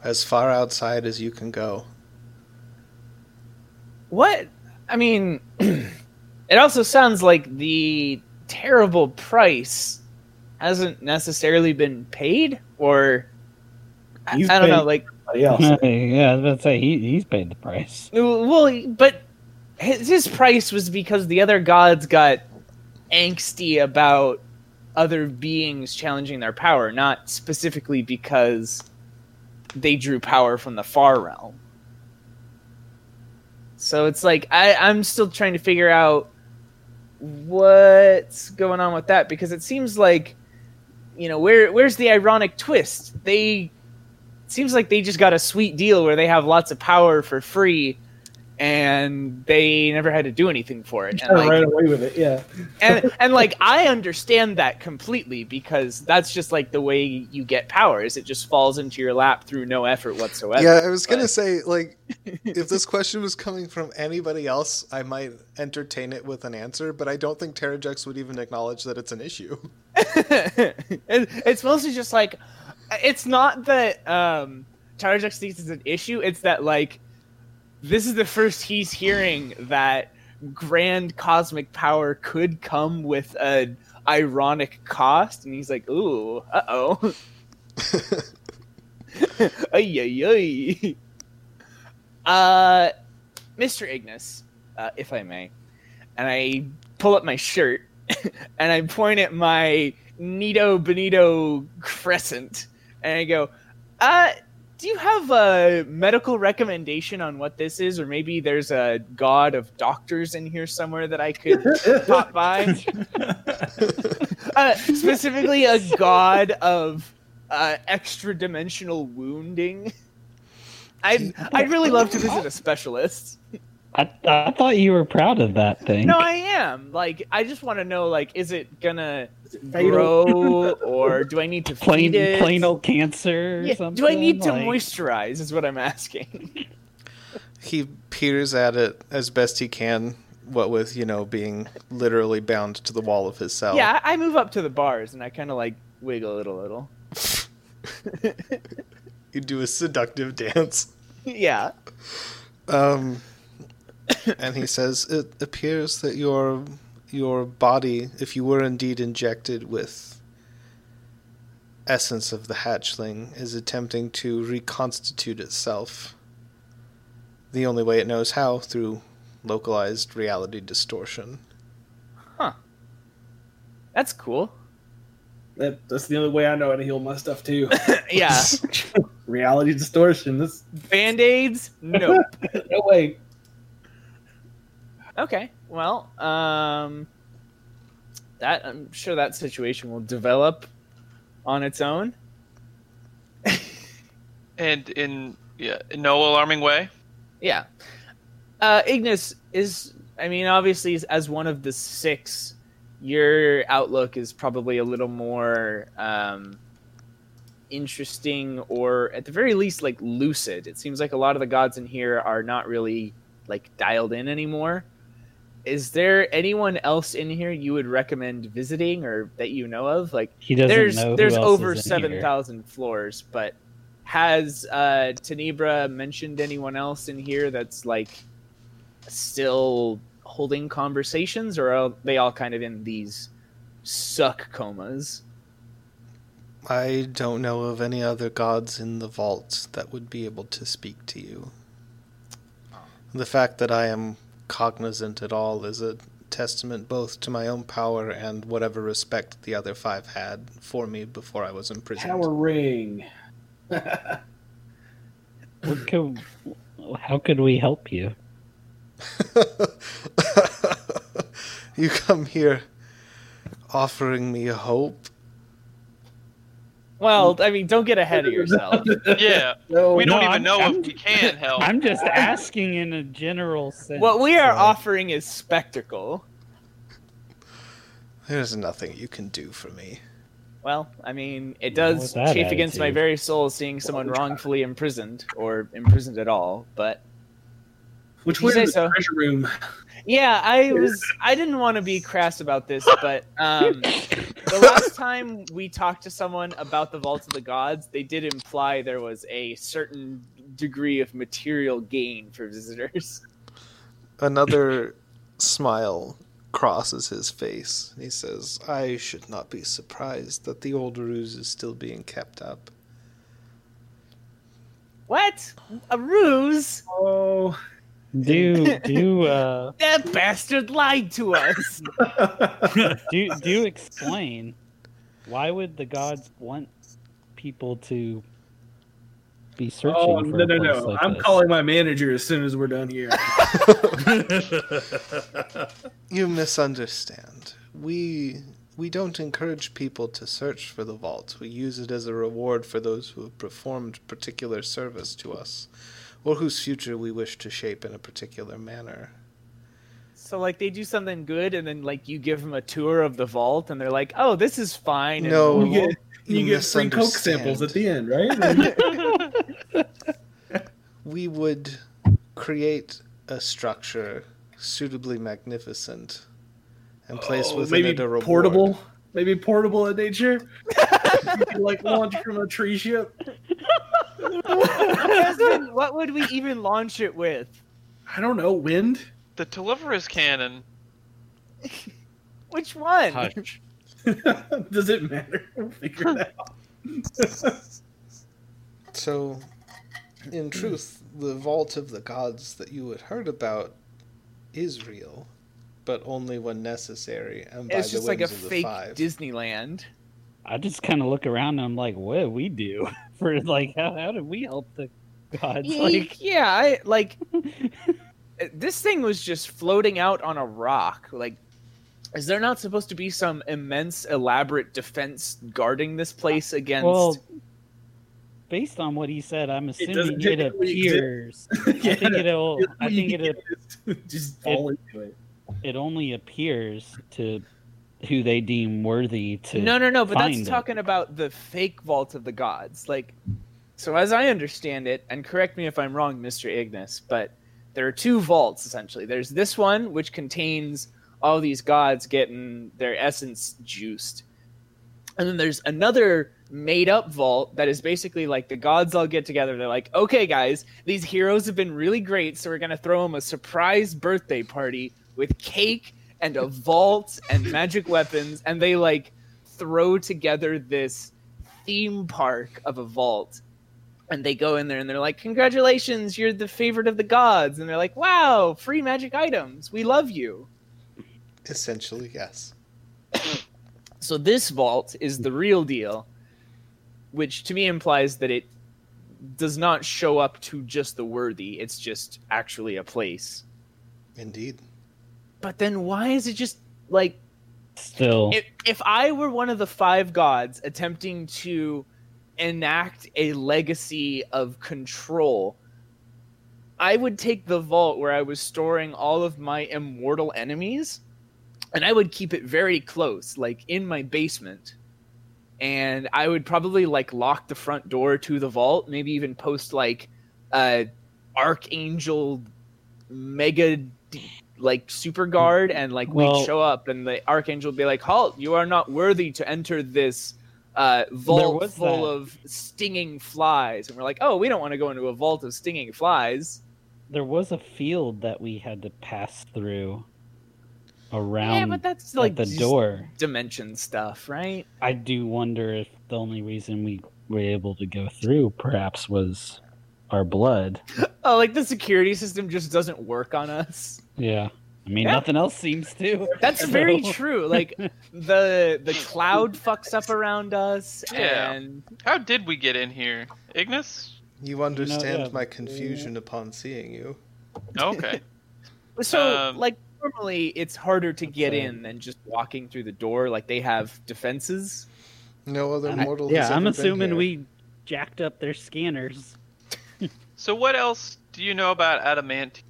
[SPEAKER 1] As far outside as you can go.
[SPEAKER 6] What? I mean, it also sounds like the terrible price hasn't necessarily been paid, or I,
[SPEAKER 3] He's
[SPEAKER 6] I don't know,
[SPEAKER 3] paid.
[SPEAKER 6] like,
[SPEAKER 3] Somebody else.
[SPEAKER 5] yeah, I was about to say he, he's paid the price.
[SPEAKER 6] well, but his, his price was because the other gods got angsty about other beings challenging their power, not specifically because they drew power from the far realm. So it's like I, I'm still trying to figure out what's going on with that because it seems like you know where where's the ironic twist? They it seems like they just got a sweet deal where they have lots of power for free and they never had to do anything for it. And,
[SPEAKER 3] Kinda
[SPEAKER 6] like,
[SPEAKER 3] ran away with it. Yeah.
[SPEAKER 6] and and like I understand that completely because that's just like the way you get power is it just falls into your lap through no effort whatsoever.
[SPEAKER 1] Yeah, I was
[SPEAKER 6] But-
[SPEAKER 1] gonna say like, if this question was coming from anybody else, I might entertain it with an answer, but I don't think Terrajex would even acknowledge that it's an issue.
[SPEAKER 6] It- it's mostly just like it's not that um Tarjux thinks it's an issue, it's that like this is the first he's hearing that grand cosmic power could come with an ironic cost, and he's like, ooh, uh oh. ay, ay, ay. Uh, Mr. Ignis, uh, if I may, and I pull up my shirt and I point at my Nito Benito crescent and I go, uh, do you have a medical recommendation on what this is? Or maybe there's a god of doctors in here somewhere that I could pop by? uh, specifically a god of uh, extra dimensional wounding. I'd, I'd really love to visit a specialist.
[SPEAKER 5] I, I thought you were proud of that thing.
[SPEAKER 6] No, I am. Like, I just want to know, like, is it gonna
[SPEAKER 3] fatal?
[SPEAKER 6] grow or do I need to
[SPEAKER 5] plain
[SPEAKER 6] feed it?
[SPEAKER 5] plain old cancer or
[SPEAKER 6] Yeah,
[SPEAKER 5] something.
[SPEAKER 6] Do I need to
[SPEAKER 5] Like,
[SPEAKER 6] moisturize? Is what I'm asking.
[SPEAKER 1] he peers at it as best he can, what with you know being literally bound to the wall of his cell.
[SPEAKER 6] Yeah, I I move up to the bars and I kind of like wiggle it a little.
[SPEAKER 1] you do a seductive dance.
[SPEAKER 6] yeah.
[SPEAKER 1] Um, and he says, "It appears that your your body, if you were indeed injected with essence of the hatchling, is attempting to reconstitute itself. The only way it knows how through localized reality distortion.
[SPEAKER 6] That's cool.
[SPEAKER 3] That, that's the only way I know how to heal my stuff too.
[SPEAKER 6] Yeah.
[SPEAKER 3] Reality distortion. This
[SPEAKER 6] Band aids? Nope.
[SPEAKER 3] no way.
[SPEAKER 6] Okay. Well, um, that I'm sure that situation will develop on its own.
[SPEAKER 2] and in yeah, in no alarming way.
[SPEAKER 6] Yeah. Uh, Ignis is, I mean, obviously, as- as one of the six, your outlook is probably a little more um, interesting or at the very least, like lucid. It seems like a lot of the gods in here are not really like dialed in anymore. Is there anyone else in here you would recommend visiting or that you know of? Like,
[SPEAKER 5] He doesn't
[SPEAKER 6] there's
[SPEAKER 5] know. who
[SPEAKER 6] there's
[SPEAKER 5] else
[SPEAKER 6] over
[SPEAKER 5] is in here.
[SPEAKER 6] seven thousand floors, but has uh, Tenebra mentioned anyone else in here that's like still holding conversations, or are they all kind of in these suck comas?
[SPEAKER 1] I don't know of any other gods in the vault that would be able to speak to you. The fact that I am cognizant at all is a testament both to my own power and whatever respect the other five had for me before I was imprisoned.
[SPEAKER 3] Power ring.
[SPEAKER 5] What could- how could we help you?
[SPEAKER 1] you come here offering me hope.
[SPEAKER 6] Well, I mean, don't get ahead of yourself.
[SPEAKER 2] Yeah,
[SPEAKER 3] No.
[SPEAKER 2] we don't
[SPEAKER 5] No,
[SPEAKER 2] even
[SPEAKER 5] I'm-
[SPEAKER 2] know
[SPEAKER 5] I'm-
[SPEAKER 2] if we can help.
[SPEAKER 5] I'm just asking in a general sense.
[SPEAKER 6] what we are
[SPEAKER 5] so-
[SPEAKER 6] offering is spectacle.
[SPEAKER 1] There's nothing you can do for me.
[SPEAKER 6] Well, I mean, it
[SPEAKER 5] Not
[SPEAKER 6] does
[SPEAKER 5] with that
[SPEAKER 6] chafe against my
[SPEAKER 5] attitude.
[SPEAKER 6] very soul seeing someone wrongfully imprisoned or imprisoned at all, but
[SPEAKER 3] Which
[SPEAKER 6] You
[SPEAKER 3] way
[SPEAKER 6] say
[SPEAKER 3] is the
[SPEAKER 6] so.
[SPEAKER 3] treasure room?
[SPEAKER 6] Yeah, I was. I didn't want to be crass about this, but um, the last time we talked to someone about the Vault of the Gods, they did imply there was a certain degree of material gain for visitors.
[SPEAKER 1] Another smile crosses his face. He says, I should not be surprised that the old ruse is still being kept up.
[SPEAKER 6] What? A ruse?
[SPEAKER 3] Oh.
[SPEAKER 5] Do do uh
[SPEAKER 6] That bastard lied to us.
[SPEAKER 5] do do explain why would the gods want people to be searching
[SPEAKER 3] Oh
[SPEAKER 5] for
[SPEAKER 3] no
[SPEAKER 5] a
[SPEAKER 3] no
[SPEAKER 5] place
[SPEAKER 3] no!
[SPEAKER 5] like
[SPEAKER 3] I'm
[SPEAKER 5] this?
[SPEAKER 3] calling my manager as soon as we're done here.
[SPEAKER 1] You misunderstand. We we don't encourage people to search for the vault. We use it as a reward for those who have performed particular service to us or whose future we wish to shape in a particular manner.
[SPEAKER 6] So like they do something good, and then like you give them a tour of the vault, and they're like, "Oh, this is fine." and
[SPEAKER 1] No.
[SPEAKER 6] normal."
[SPEAKER 3] You get you get free coke
[SPEAKER 1] misunderstand.
[SPEAKER 3] samples at the end, right?
[SPEAKER 1] We would create a structure suitably magnificent and place
[SPEAKER 3] Oh,
[SPEAKER 1] within
[SPEAKER 3] maybe
[SPEAKER 1] it a reward.
[SPEAKER 3] portable, maybe portable in nature. You can, like launch from a tree ship.
[SPEAKER 6] Desmond, what would we even launch it with?
[SPEAKER 3] I don't know, wind.
[SPEAKER 2] The Televerus cannon.
[SPEAKER 6] Which one?
[SPEAKER 4] Hush.
[SPEAKER 3] Does it matter? We'll figure it out.
[SPEAKER 1] So, in truth, the vault of the gods that you had heard about is real, but only when necessary and by
[SPEAKER 6] It's
[SPEAKER 1] the
[SPEAKER 6] just like a
[SPEAKER 1] whims of the
[SPEAKER 6] fake
[SPEAKER 1] five.
[SPEAKER 6] Disneyland.
[SPEAKER 5] I just kind of look around and I'm like, what do we do for like how how did we help the gods?
[SPEAKER 6] It's
[SPEAKER 5] Like,
[SPEAKER 6] like yeah, I, like uh, this thing was just floating out on a rock. Like, is there not supposed to be some immense, elaborate defense guarding this place against?
[SPEAKER 5] well, based on what he said, I'm assuming
[SPEAKER 3] doesn't
[SPEAKER 5] it,
[SPEAKER 3] technically
[SPEAKER 5] appears. I think it'll. I think it
[SPEAKER 3] just fall into it.
[SPEAKER 5] it only appears to who they deem worthy to.
[SPEAKER 6] no, no, no. But that's
[SPEAKER 5] find it.
[SPEAKER 6] talking about the fake vault of the gods. Like, so as I understand it, and correct me if I'm wrong, Mister Ignis, but there are two vaults essentially. There's this one which contains all these gods getting their essence juiced. And then there's another made up vault that is basically like the gods all get together. They're like, okay, guys, these heroes have been really great, so we're going to throw them a surprise birthday party with cake and a vault and magic weapons. And they like throw together this theme park of a vault. And they go in there and they're like, congratulations, you're the favorite of the gods. And they're like, wow, free magic items. We love you.
[SPEAKER 1] Essentially, yes.
[SPEAKER 6] So this vault is the real deal, which to me implies that it does not show up to just the worthy. It's just actually a place.
[SPEAKER 1] Indeed.
[SPEAKER 6] But then why is it just like
[SPEAKER 5] Still,
[SPEAKER 6] if, if I were one of the five gods attempting to enact a legacy of control, I would take the vault where I was storing all of my immortal enemies and I would keep it very close, like in my basement. And I would probably like lock the front door to the vault, maybe even post like a archangel mega d- like super guard and like
[SPEAKER 5] Well-
[SPEAKER 6] we'd show up and the archangel would be like halt you are not worthy to enter this uh, vault
[SPEAKER 5] was
[SPEAKER 6] full
[SPEAKER 5] that.
[SPEAKER 6] of stinging flies and we're like oh we don't want to go into a vault of stinging flies
[SPEAKER 5] there was a field that we had to pass through
[SPEAKER 6] yeah
[SPEAKER 5] around
[SPEAKER 6] but that's
[SPEAKER 5] like
[SPEAKER 6] like
[SPEAKER 5] the
[SPEAKER 6] just
[SPEAKER 5] door.
[SPEAKER 6] dimension stuff right
[SPEAKER 5] I do wonder if the only reason we were able to go through perhaps was our blood.
[SPEAKER 6] oh like the security system just doesn't work on us
[SPEAKER 5] Yeah. I mean,
[SPEAKER 6] Yeah.
[SPEAKER 5] nothing else seems to.
[SPEAKER 6] That's very
[SPEAKER 5] So-
[SPEAKER 6] true. Like the the cloud fucks up around us,
[SPEAKER 2] Yeah.
[SPEAKER 6] and
[SPEAKER 2] How did we get in here, Ignis?
[SPEAKER 1] You understand
[SPEAKER 5] yeah.
[SPEAKER 1] my confusion upon seeing you.
[SPEAKER 2] Okay.
[SPEAKER 6] so
[SPEAKER 2] Um,
[SPEAKER 6] like normally it's harder to get
[SPEAKER 5] Sorry.
[SPEAKER 6] in than just walking through the door. Like they have defenses.
[SPEAKER 1] No other
[SPEAKER 5] I-
[SPEAKER 1] mortal. has
[SPEAKER 5] yeah,
[SPEAKER 1] ever
[SPEAKER 5] I'm
[SPEAKER 1] been
[SPEAKER 5] assuming
[SPEAKER 1] here.
[SPEAKER 5] we jacked up their scanners.
[SPEAKER 2] So what else do you know about adamant?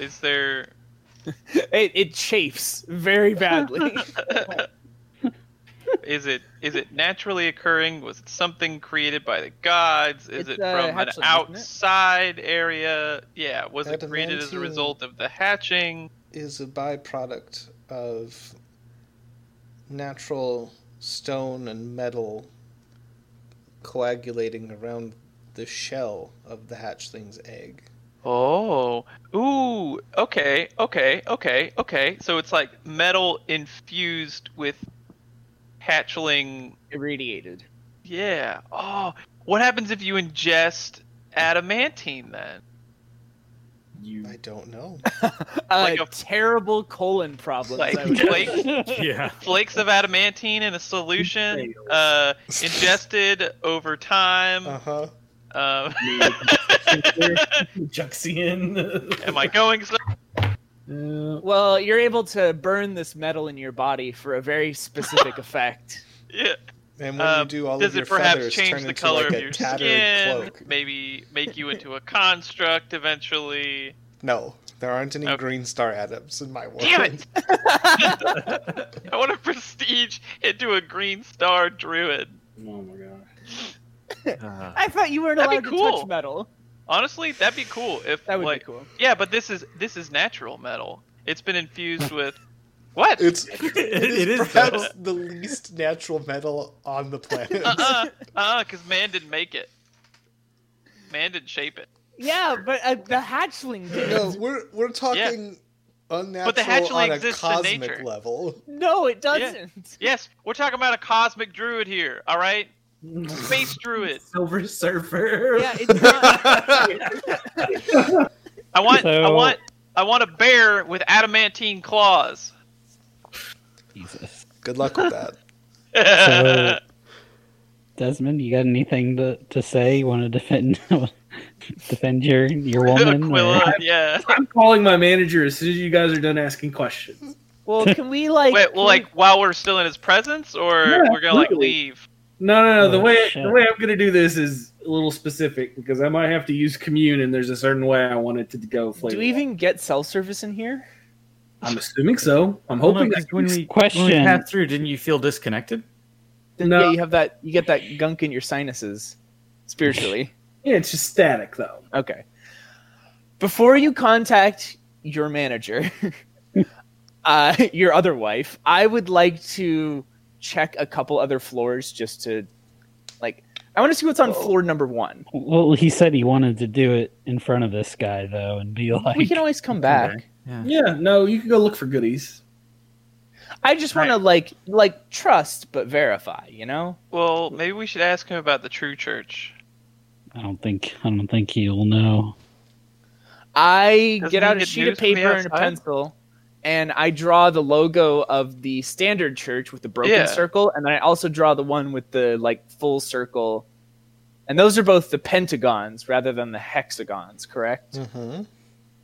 [SPEAKER 2] Is there?
[SPEAKER 6] It, it chafes very badly.
[SPEAKER 2] Is it is it naturally occurring? Was it something created by the gods? Is
[SPEAKER 6] It's,
[SPEAKER 2] it
[SPEAKER 6] uh,
[SPEAKER 2] from
[SPEAKER 6] hatchling, isn't
[SPEAKER 2] an
[SPEAKER 6] it?
[SPEAKER 2] outside area? Yeah, was it created as a
[SPEAKER 1] Adamantine.
[SPEAKER 2] result of the hatching?
[SPEAKER 1] is a byproduct of natural stone and metal coagulating around the shell of the hatchling's egg.
[SPEAKER 2] Oh, ooh, okay, okay, okay, okay. So it's like metal infused with hatchling.
[SPEAKER 6] Irradiated.
[SPEAKER 2] Yeah. Oh, what happens if you ingest adamantine then?
[SPEAKER 3] You
[SPEAKER 1] I don't know.
[SPEAKER 6] Like
[SPEAKER 2] Like a-
[SPEAKER 6] a terrible colon problem.
[SPEAKER 2] Like
[SPEAKER 6] I would
[SPEAKER 2] flake,
[SPEAKER 3] Oh
[SPEAKER 4] Yeah.
[SPEAKER 2] flakes of adamantine in a solution, uh, ingested over time.
[SPEAKER 1] Uh huh.
[SPEAKER 2] Um,
[SPEAKER 3] Juxian.
[SPEAKER 2] am I going? So-
[SPEAKER 3] Uh,
[SPEAKER 6] Well, you're able to burn this metal in your body for a very specific effect.
[SPEAKER 2] yeah.
[SPEAKER 1] And when
[SPEAKER 2] Um,
[SPEAKER 1] you do all
[SPEAKER 2] does
[SPEAKER 1] of your
[SPEAKER 2] it perhaps
[SPEAKER 1] feathers
[SPEAKER 2] change
[SPEAKER 1] turn
[SPEAKER 2] the
[SPEAKER 1] into
[SPEAKER 2] color
[SPEAKER 1] like
[SPEAKER 2] of
[SPEAKER 1] a
[SPEAKER 2] your
[SPEAKER 1] tattered
[SPEAKER 2] skin?
[SPEAKER 1] cloak?
[SPEAKER 2] Maybe make you into a construct eventually.
[SPEAKER 1] No, there aren't any
[SPEAKER 2] Okay.
[SPEAKER 1] green star atoms in my world.
[SPEAKER 2] Damn it! I want to prestige into a green star druid.
[SPEAKER 3] Oh my god.
[SPEAKER 6] I thought you weren't
[SPEAKER 2] That'd be
[SPEAKER 6] allowed to
[SPEAKER 2] cool.
[SPEAKER 6] touch metal.
[SPEAKER 2] Honestly, that'd be cool if
[SPEAKER 6] That would
[SPEAKER 2] like
[SPEAKER 6] be cool.
[SPEAKER 2] yeah, but this is this is natural metal. It's been infused with what?
[SPEAKER 1] It's
[SPEAKER 4] it is
[SPEAKER 1] perhaps the
[SPEAKER 4] though.
[SPEAKER 1] least natural metal on the planet.
[SPEAKER 2] uh uh, because man didn't make it. Man didn't shape it.
[SPEAKER 6] Yeah, but uh, the hatchling did.
[SPEAKER 1] No, we're we're talking unnatural
[SPEAKER 2] But the hatchling
[SPEAKER 1] on a
[SPEAKER 2] exists in
[SPEAKER 1] cosmic
[SPEAKER 2] nature.
[SPEAKER 1] level.
[SPEAKER 6] No, it doesn't.
[SPEAKER 2] Yes, we're talking about a cosmic druid here. All right, space druid.
[SPEAKER 7] Silver Surfer.
[SPEAKER 6] Yeah, it's not.
[SPEAKER 2] I want I
[SPEAKER 5] So-
[SPEAKER 2] want I want a bear with adamantine claws.
[SPEAKER 5] Jesus.
[SPEAKER 1] Good luck with that.
[SPEAKER 5] So, Desmond, you got anything to, to say? You want to defend defend your your woman? or-
[SPEAKER 2] Aquila, yeah.
[SPEAKER 7] I'm calling my manager as soon as you guys are done asking questions.
[SPEAKER 6] well, can we like?
[SPEAKER 2] Wait, well, like while we're still in his presence, or
[SPEAKER 7] Yeah,
[SPEAKER 2] we're gonna like
[SPEAKER 7] absolutely.
[SPEAKER 2] leave.
[SPEAKER 7] No, no, no. the
[SPEAKER 5] Oh,
[SPEAKER 7] way
[SPEAKER 5] shit.
[SPEAKER 7] the way I'm gonna do this is a little specific because I might have to use commune, and there's a certain way I want it to go.
[SPEAKER 6] do
[SPEAKER 7] flavor-wise.
[SPEAKER 6] we even get cell service in here?
[SPEAKER 7] I'm assuming so. I'm
[SPEAKER 4] Hold on,
[SPEAKER 7] hoping.
[SPEAKER 4] 'cause when we
[SPEAKER 5] Question.
[SPEAKER 4] when we passed through, didn't you feel disconnected?
[SPEAKER 6] Then,
[SPEAKER 7] No.
[SPEAKER 6] Yeah, you have that. You get that gunk in your sinuses, spiritually.
[SPEAKER 7] yeah, it's just static though.
[SPEAKER 6] okay. Before you contact your manager, uh, your other wife, I would like to check a couple other floors just to, like, I want to see what's on floor number one.
[SPEAKER 5] Well, he said he wanted to do it in front of this guy though, and be like,
[SPEAKER 6] we can always come back.
[SPEAKER 7] Yeah, no, you can go look for goodies.
[SPEAKER 6] I just want to like like trust but verify, you know?
[SPEAKER 2] Well, maybe we should ask him about the true church.
[SPEAKER 5] I don't think I don't think he'll know.
[SPEAKER 6] I
[SPEAKER 2] Doesn't
[SPEAKER 6] get
[SPEAKER 2] he
[SPEAKER 6] out a
[SPEAKER 2] get
[SPEAKER 6] sheet
[SPEAKER 2] news
[SPEAKER 6] of
[SPEAKER 2] from the
[SPEAKER 6] paper and a
[SPEAKER 2] outside?
[SPEAKER 6] pencil and I draw the logo of the standard church with the broken
[SPEAKER 2] Yeah.
[SPEAKER 6] circle and then I also draw the one with the like full circle. And those are both the pentagons rather than the hexagons, correct?
[SPEAKER 2] Mm-hmm.
[SPEAKER 1] Mhm.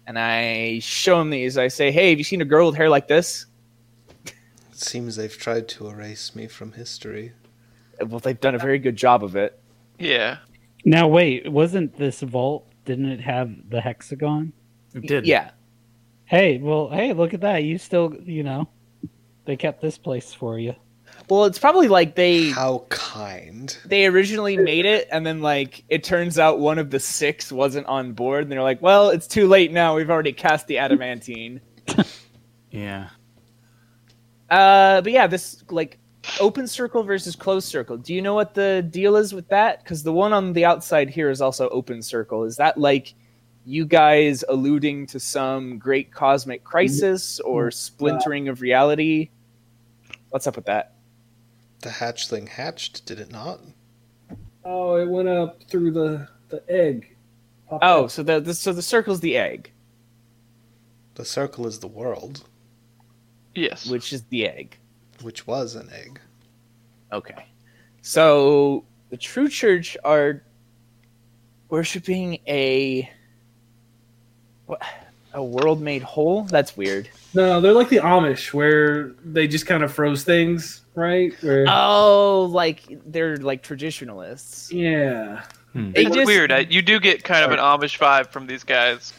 [SPEAKER 6] And I show him these. I say, "Hey, have you seen a girl with hair like this?"
[SPEAKER 1] It seems they've tried to erase me from history.
[SPEAKER 6] Well, they've done a very good job of it.
[SPEAKER 2] Yeah.
[SPEAKER 5] Now wait, wasn't this vault? Didn't it have the hexagon?
[SPEAKER 4] It did.
[SPEAKER 6] Yeah.
[SPEAKER 5] Hey, well, hey, look at that. You still, you know, they kept this place for you.
[SPEAKER 6] Well, it's probably like they
[SPEAKER 1] How kind.
[SPEAKER 6] they originally made it and then like it turns out one of the six wasn't on board and they're like well it's too late now we've already cast the adamantine
[SPEAKER 4] Yeah.
[SPEAKER 6] uh but yeah this like open circle versus closed circle do you know what the deal is with that because the one on the outside here is also open circle is that like you guys alluding to some great cosmic crisis or splintering of reality what's up with that
[SPEAKER 1] The hatchling hatched, did it not?
[SPEAKER 7] Oh, it went up through the the egg. Pop-
[SPEAKER 6] oh so the, the so the circle's the egg
[SPEAKER 1] The circle is the world,
[SPEAKER 2] Yes.
[SPEAKER 6] which is the egg
[SPEAKER 1] which was an egg.
[SPEAKER 6] Okay. So the true church are worshiping a what a world made whole? That's weird.
[SPEAKER 7] no, they're like the Amish where they just kind of froze things, right? Where
[SPEAKER 5] Uh,
[SPEAKER 6] Oh, like they're like traditionalists.
[SPEAKER 7] yeah,
[SPEAKER 6] They
[SPEAKER 2] it's
[SPEAKER 6] just-
[SPEAKER 2] weird. I, you do get kind of an Amish vibe from these guys.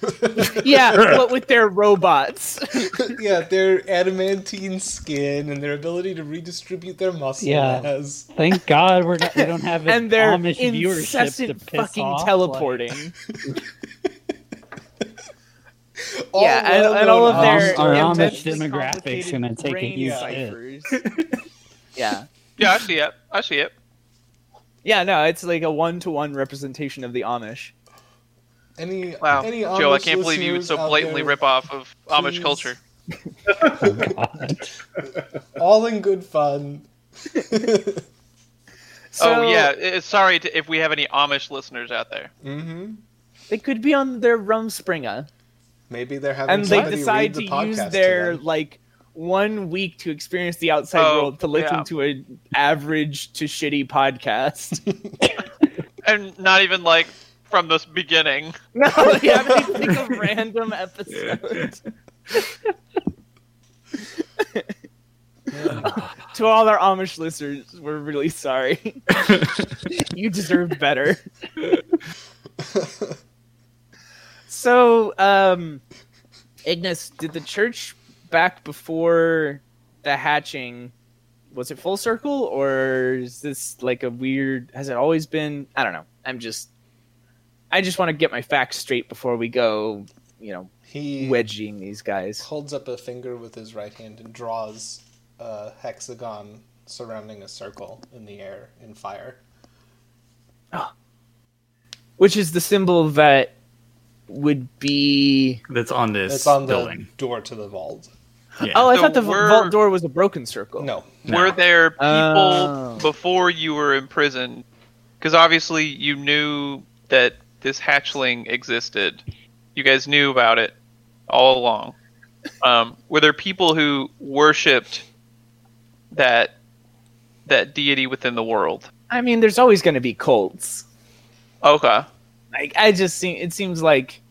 [SPEAKER 6] Yeah, what with their robots.
[SPEAKER 1] yeah, their adamantine skin and their ability to redistribute their muscle
[SPEAKER 5] Yeah.
[SPEAKER 1] mass.
[SPEAKER 5] Thank God we're not, we don't have an
[SPEAKER 6] and their
[SPEAKER 5] Amish viewership to
[SPEAKER 6] incessant
[SPEAKER 5] piss
[SPEAKER 6] fucking
[SPEAKER 5] off,
[SPEAKER 6] teleporting.
[SPEAKER 1] All
[SPEAKER 6] yeah, and, and all of
[SPEAKER 1] well-known
[SPEAKER 6] their
[SPEAKER 5] Our- our Amish
[SPEAKER 6] intensely
[SPEAKER 5] demographic's
[SPEAKER 6] complicated
[SPEAKER 5] gonna take a
[SPEAKER 6] brain
[SPEAKER 5] huge
[SPEAKER 6] ciphers. yeah.
[SPEAKER 2] Yeah, I see it. I see it.
[SPEAKER 6] Yeah, no, it's like a one to one representation of the Amish.
[SPEAKER 1] Any,
[SPEAKER 2] Wow,
[SPEAKER 1] any
[SPEAKER 2] Joe, I
[SPEAKER 1] Amish
[SPEAKER 2] can't believe you would
[SPEAKER 1] listeners
[SPEAKER 2] so
[SPEAKER 1] out
[SPEAKER 2] blatantly
[SPEAKER 1] there,
[SPEAKER 2] rip off of
[SPEAKER 1] please-
[SPEAKER 2] Amish culture.
[SPEAKER 5] God.
[SPEAKER 1] All in good fun. mm-hmm.
[SPEAKER 6] So,
[SPEAKER 2] oh yeah, i- sorry to, if we have any Amish listeners out there.
[SPEAKER 6] They could be on their Rumspringa,
[SPEAKER 1] Maybe they're having
[SPEAKER 6] and they
[SPEAKER 1] somebody
[SPEAKER 6] decide
[SPEAKER 1] read the
[SPEAKER 6] to use
[SPEAKER 1] podcast
[SPEAKER 6] their
[SPEAKER 1] to them.
[SPEAKER 6] like one week to experience the outside
[SPEAKER 2] Oh,
[SPEAKER 6] world to listen
[SPEAKER 2] yeah.
[SPEAKER 6] to an average to shitty podcast.
[SPEAKER 2] and not even like from the beginning.
[SPEAKER 6] no, yeah, they pick a random episode. to all our Amish listeners, we're really sorry. you deserve better. so, um, Ignis, did the church back before the hatching? Was it full circle, or is this like a weird? Has it always been? I don't know. I'm just, I just want to get my facts straight before we go. You know,
[SPEAKER 1] He
[SPEAKER 6] wedging these guys.
[SPEAKER 1] holds up a finger with his right hand and draws a hexagon surrounding a circle in the air in fire.
[SPEAKER 6] which is the symbol that would be.
[SPEAKER 4] That's on this
[SPEAKER 1] It's on the
[SPEAKER 4] building.
[SPEAKER 1] door to the vault.
[SPEAKER 4] Yeah.
[SPEAKER 6] Oh, I
[SPEAKER 2] So
[SPEAKER 6] thought the v-
[SPEAKER 2] we're-
[SPEAKER 6] vault door was a broken circle.
[SPEAKER 1] No,
[SPEAKER 2] Were there people
[SPEAKER 6] Oh.
[SPEAKER 2] before you were in prison? Because obviously you knew that this hatchling existed. You guys knew about it all along. Um, were there people who worshipped that that deity within the world?
[SPEAKER 6] I mean, there's always going to be cults.
[SPEAKER 2] Okay.
[SPEAKER 6] Like, I just see it seems like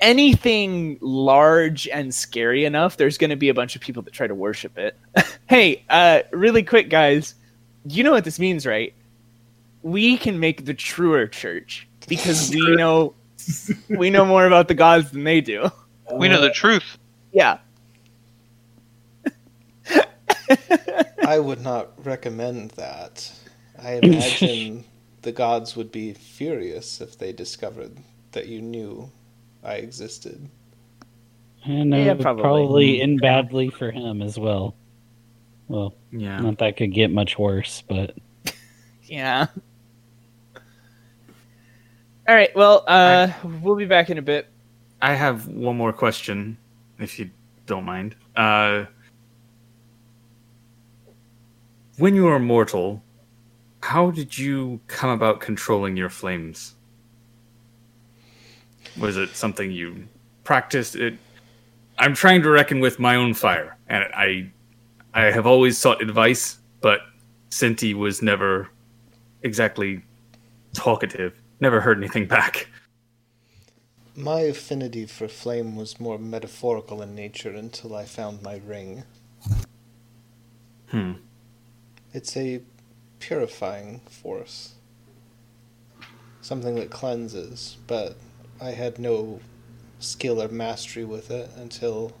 [SPEAKER 6] anything large and scary enough, there's going to be a bunch of people that try to worship it. hey, uh, really quick, guys, you know what this means, right? We can make the truer church because we know we know more about the gods than they do.
[SPEAKER 2] We know the truth.
[SPEAKER 6] Yeah.
[SPEAKER 1] I would not recommend that. I imagine the gods would be furious if they discovered that you knew I existed.
[SPEAKER 5] And uh,
[SPEAKER 6] Yeah, probably.
[SPEAKER 5] probably. end badly for him as well. Well,
[SPEAKER 4] yeah.
[SPEAKER 5] not that could get much worse, but
[SPEAKER 6] Yeah. All right. Well, uh, we'll be back in a bit.
[SPEAKER 4] I have one more question, if you don't mind. Uh, when you were mortal, how did you come about controlling your flames? Was it something you practiced? It. I'm trying to reckon with my own fire, and I, I have always sought advice, but Cinti was never exactly talkative. Never heard anything back.
[SPEAKER 1] My affinity for flame was more metaphorical in nature until I found my ring.
[SPEAKER 4] Hmm.
[SPEAKER 1] It's a purifying force, something that cleanses, but I had no skill or mastery with it until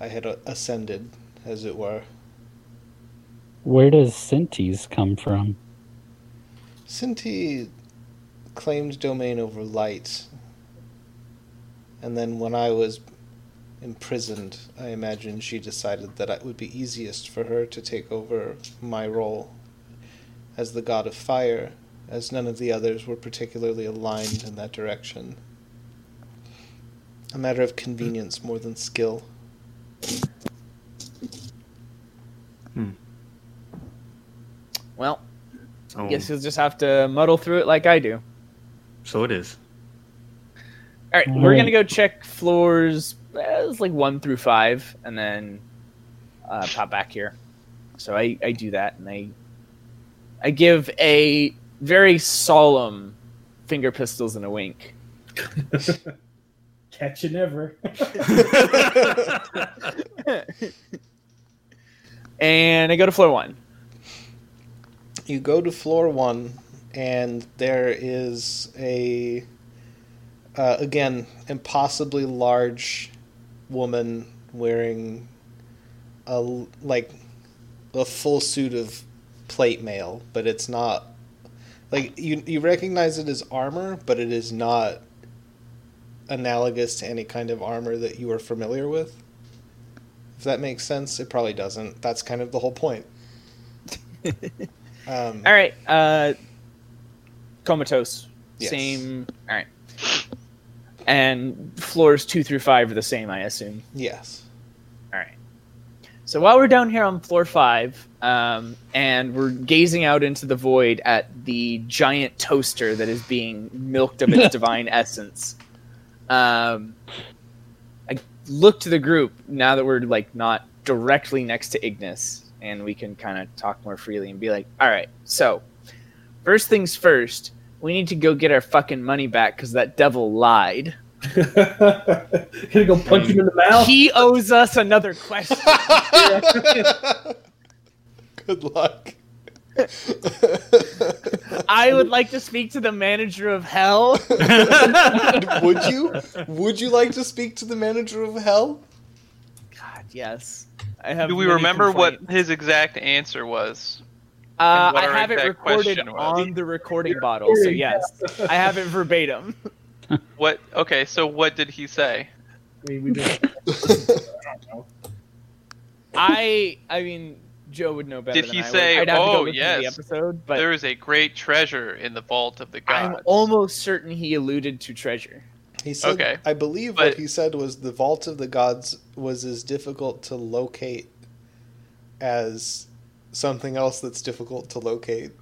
[SPEAKER 1] I had a- ascended, as it were.
[SPEAKER 5] where does Sintes come from?
[SPEAKER 1] Sinti claimed domain over light, and then when I was imprisoned, I imagine she decided that it would be easiest for her to take over my role as the god of fire, as none of the others were particularly aligned in that direction. A matter of convenience more than skill.
[SPEAKER 6] Well,
[SPEAKER 4] So,
[SPEAKER 6] I guess you'll just have to muddle through it like I do.
[SPEAKER 4] so it is.
[SPEAKER 6] All right,
[SPEAKER 5] All
[SPEAKER 6] we're
[SPEAKER 5] right.
[SPEAKER 6] gonna go check floors. eh, It's like one through five, and then uh, pop back here. So I I do that, and I I give a very solemn finger pistols and a wink.
[SPEAKER 7] Catch you never.
[SPEAKER 6] and I go to floor one.
[SPEAKER 1] you go to floor one, and there is a uh, again impossibly large woman wearing a l- like a full suit of plate mail, but it's not like you you recognize it as armor, but it is not analogous to any kind of armor that you are familiar with. If that makes sense, it probably doesn't. That's kind of the whole point. Um,
[SPEAKER 6] All right. Uh, comatose.
[SPEAKER 1] Yes.
[SPEAKER 6] Same. All right. And floors two through five are the same, I assume.
[SPEAKER 1] Yes.
[SPEAKER 6] All right. So while we're down here on floor five, um, and we're gazing out into the void at the giant toaster that is being milked of its divine essence, um, I look to the group now that we're like not directly next to Ignis, and we can kind of talk more freely and be like, "All right, so first things first, we need to go get our fucking money back because that devil lied."
[SPEAKER 7] Gonna go punch him in the mouth.
[SPEAKER 6] He owes us another question.
[SPEAKER 1] Good luck.
[SPEAKER 6] I would like to speak to the manager of hell.
[SPEAKER 1] would you? Would you like to speak to the manager of hell?
[SPEAKER 6] God, yes. I have
[SPEAKER 2] Do we
[SPEAKER 6] many
[SPEAKER 2] remember what
[SPEAKER 6] complaints.
[SPEAKER 2] his exact answer was?
[SPEAKER 6] Uh,
[SPEAKER 2] and what
[SPEAKER 6] I
[SPEAKER 2] our
[SPEAKER 6] have it
[SPEAKER 2] exact
[SPEAKER 6] recorded
[SPEAKER 2] question was?
[SPEAKER 6] on the recording bottle, so yes, I have it verbatim.
[SPEAKER 2] What? Okay, so what did he say?
[SPEAKER 7] I mean, we just-
[SPEAKER 6] I, I mean, Joe would know better.
[SPEAKER 2] Did
[SPEAKER 6] than
[SPEAKER 2] he
[SPEAKER 6] I would.
[SPEAKER 2] say,
[SPEAKER 6] I'd have to go
[SPEAKER 2] "Oh,
[SPEAKER 6] listen to the
[SPEAKER 2] yes,
[SPEAKER 6] episode, but
[SPEAKER 2] there is a great treasure in the vault of the
[SPEAKER 6] I'm
[SPEAKER 2] gods.
[SPEAKER 6] almost certain he alluded to treasure.
[SPEAKER 1] He said,
[SPEAKER 2] Okay.
[SPEAKER 1] I believe what
[SPEAKER 2] But-
[SPEAKER 1] he said was the Vault of the Gods was as difficult to locate as something else that's difficult to locate.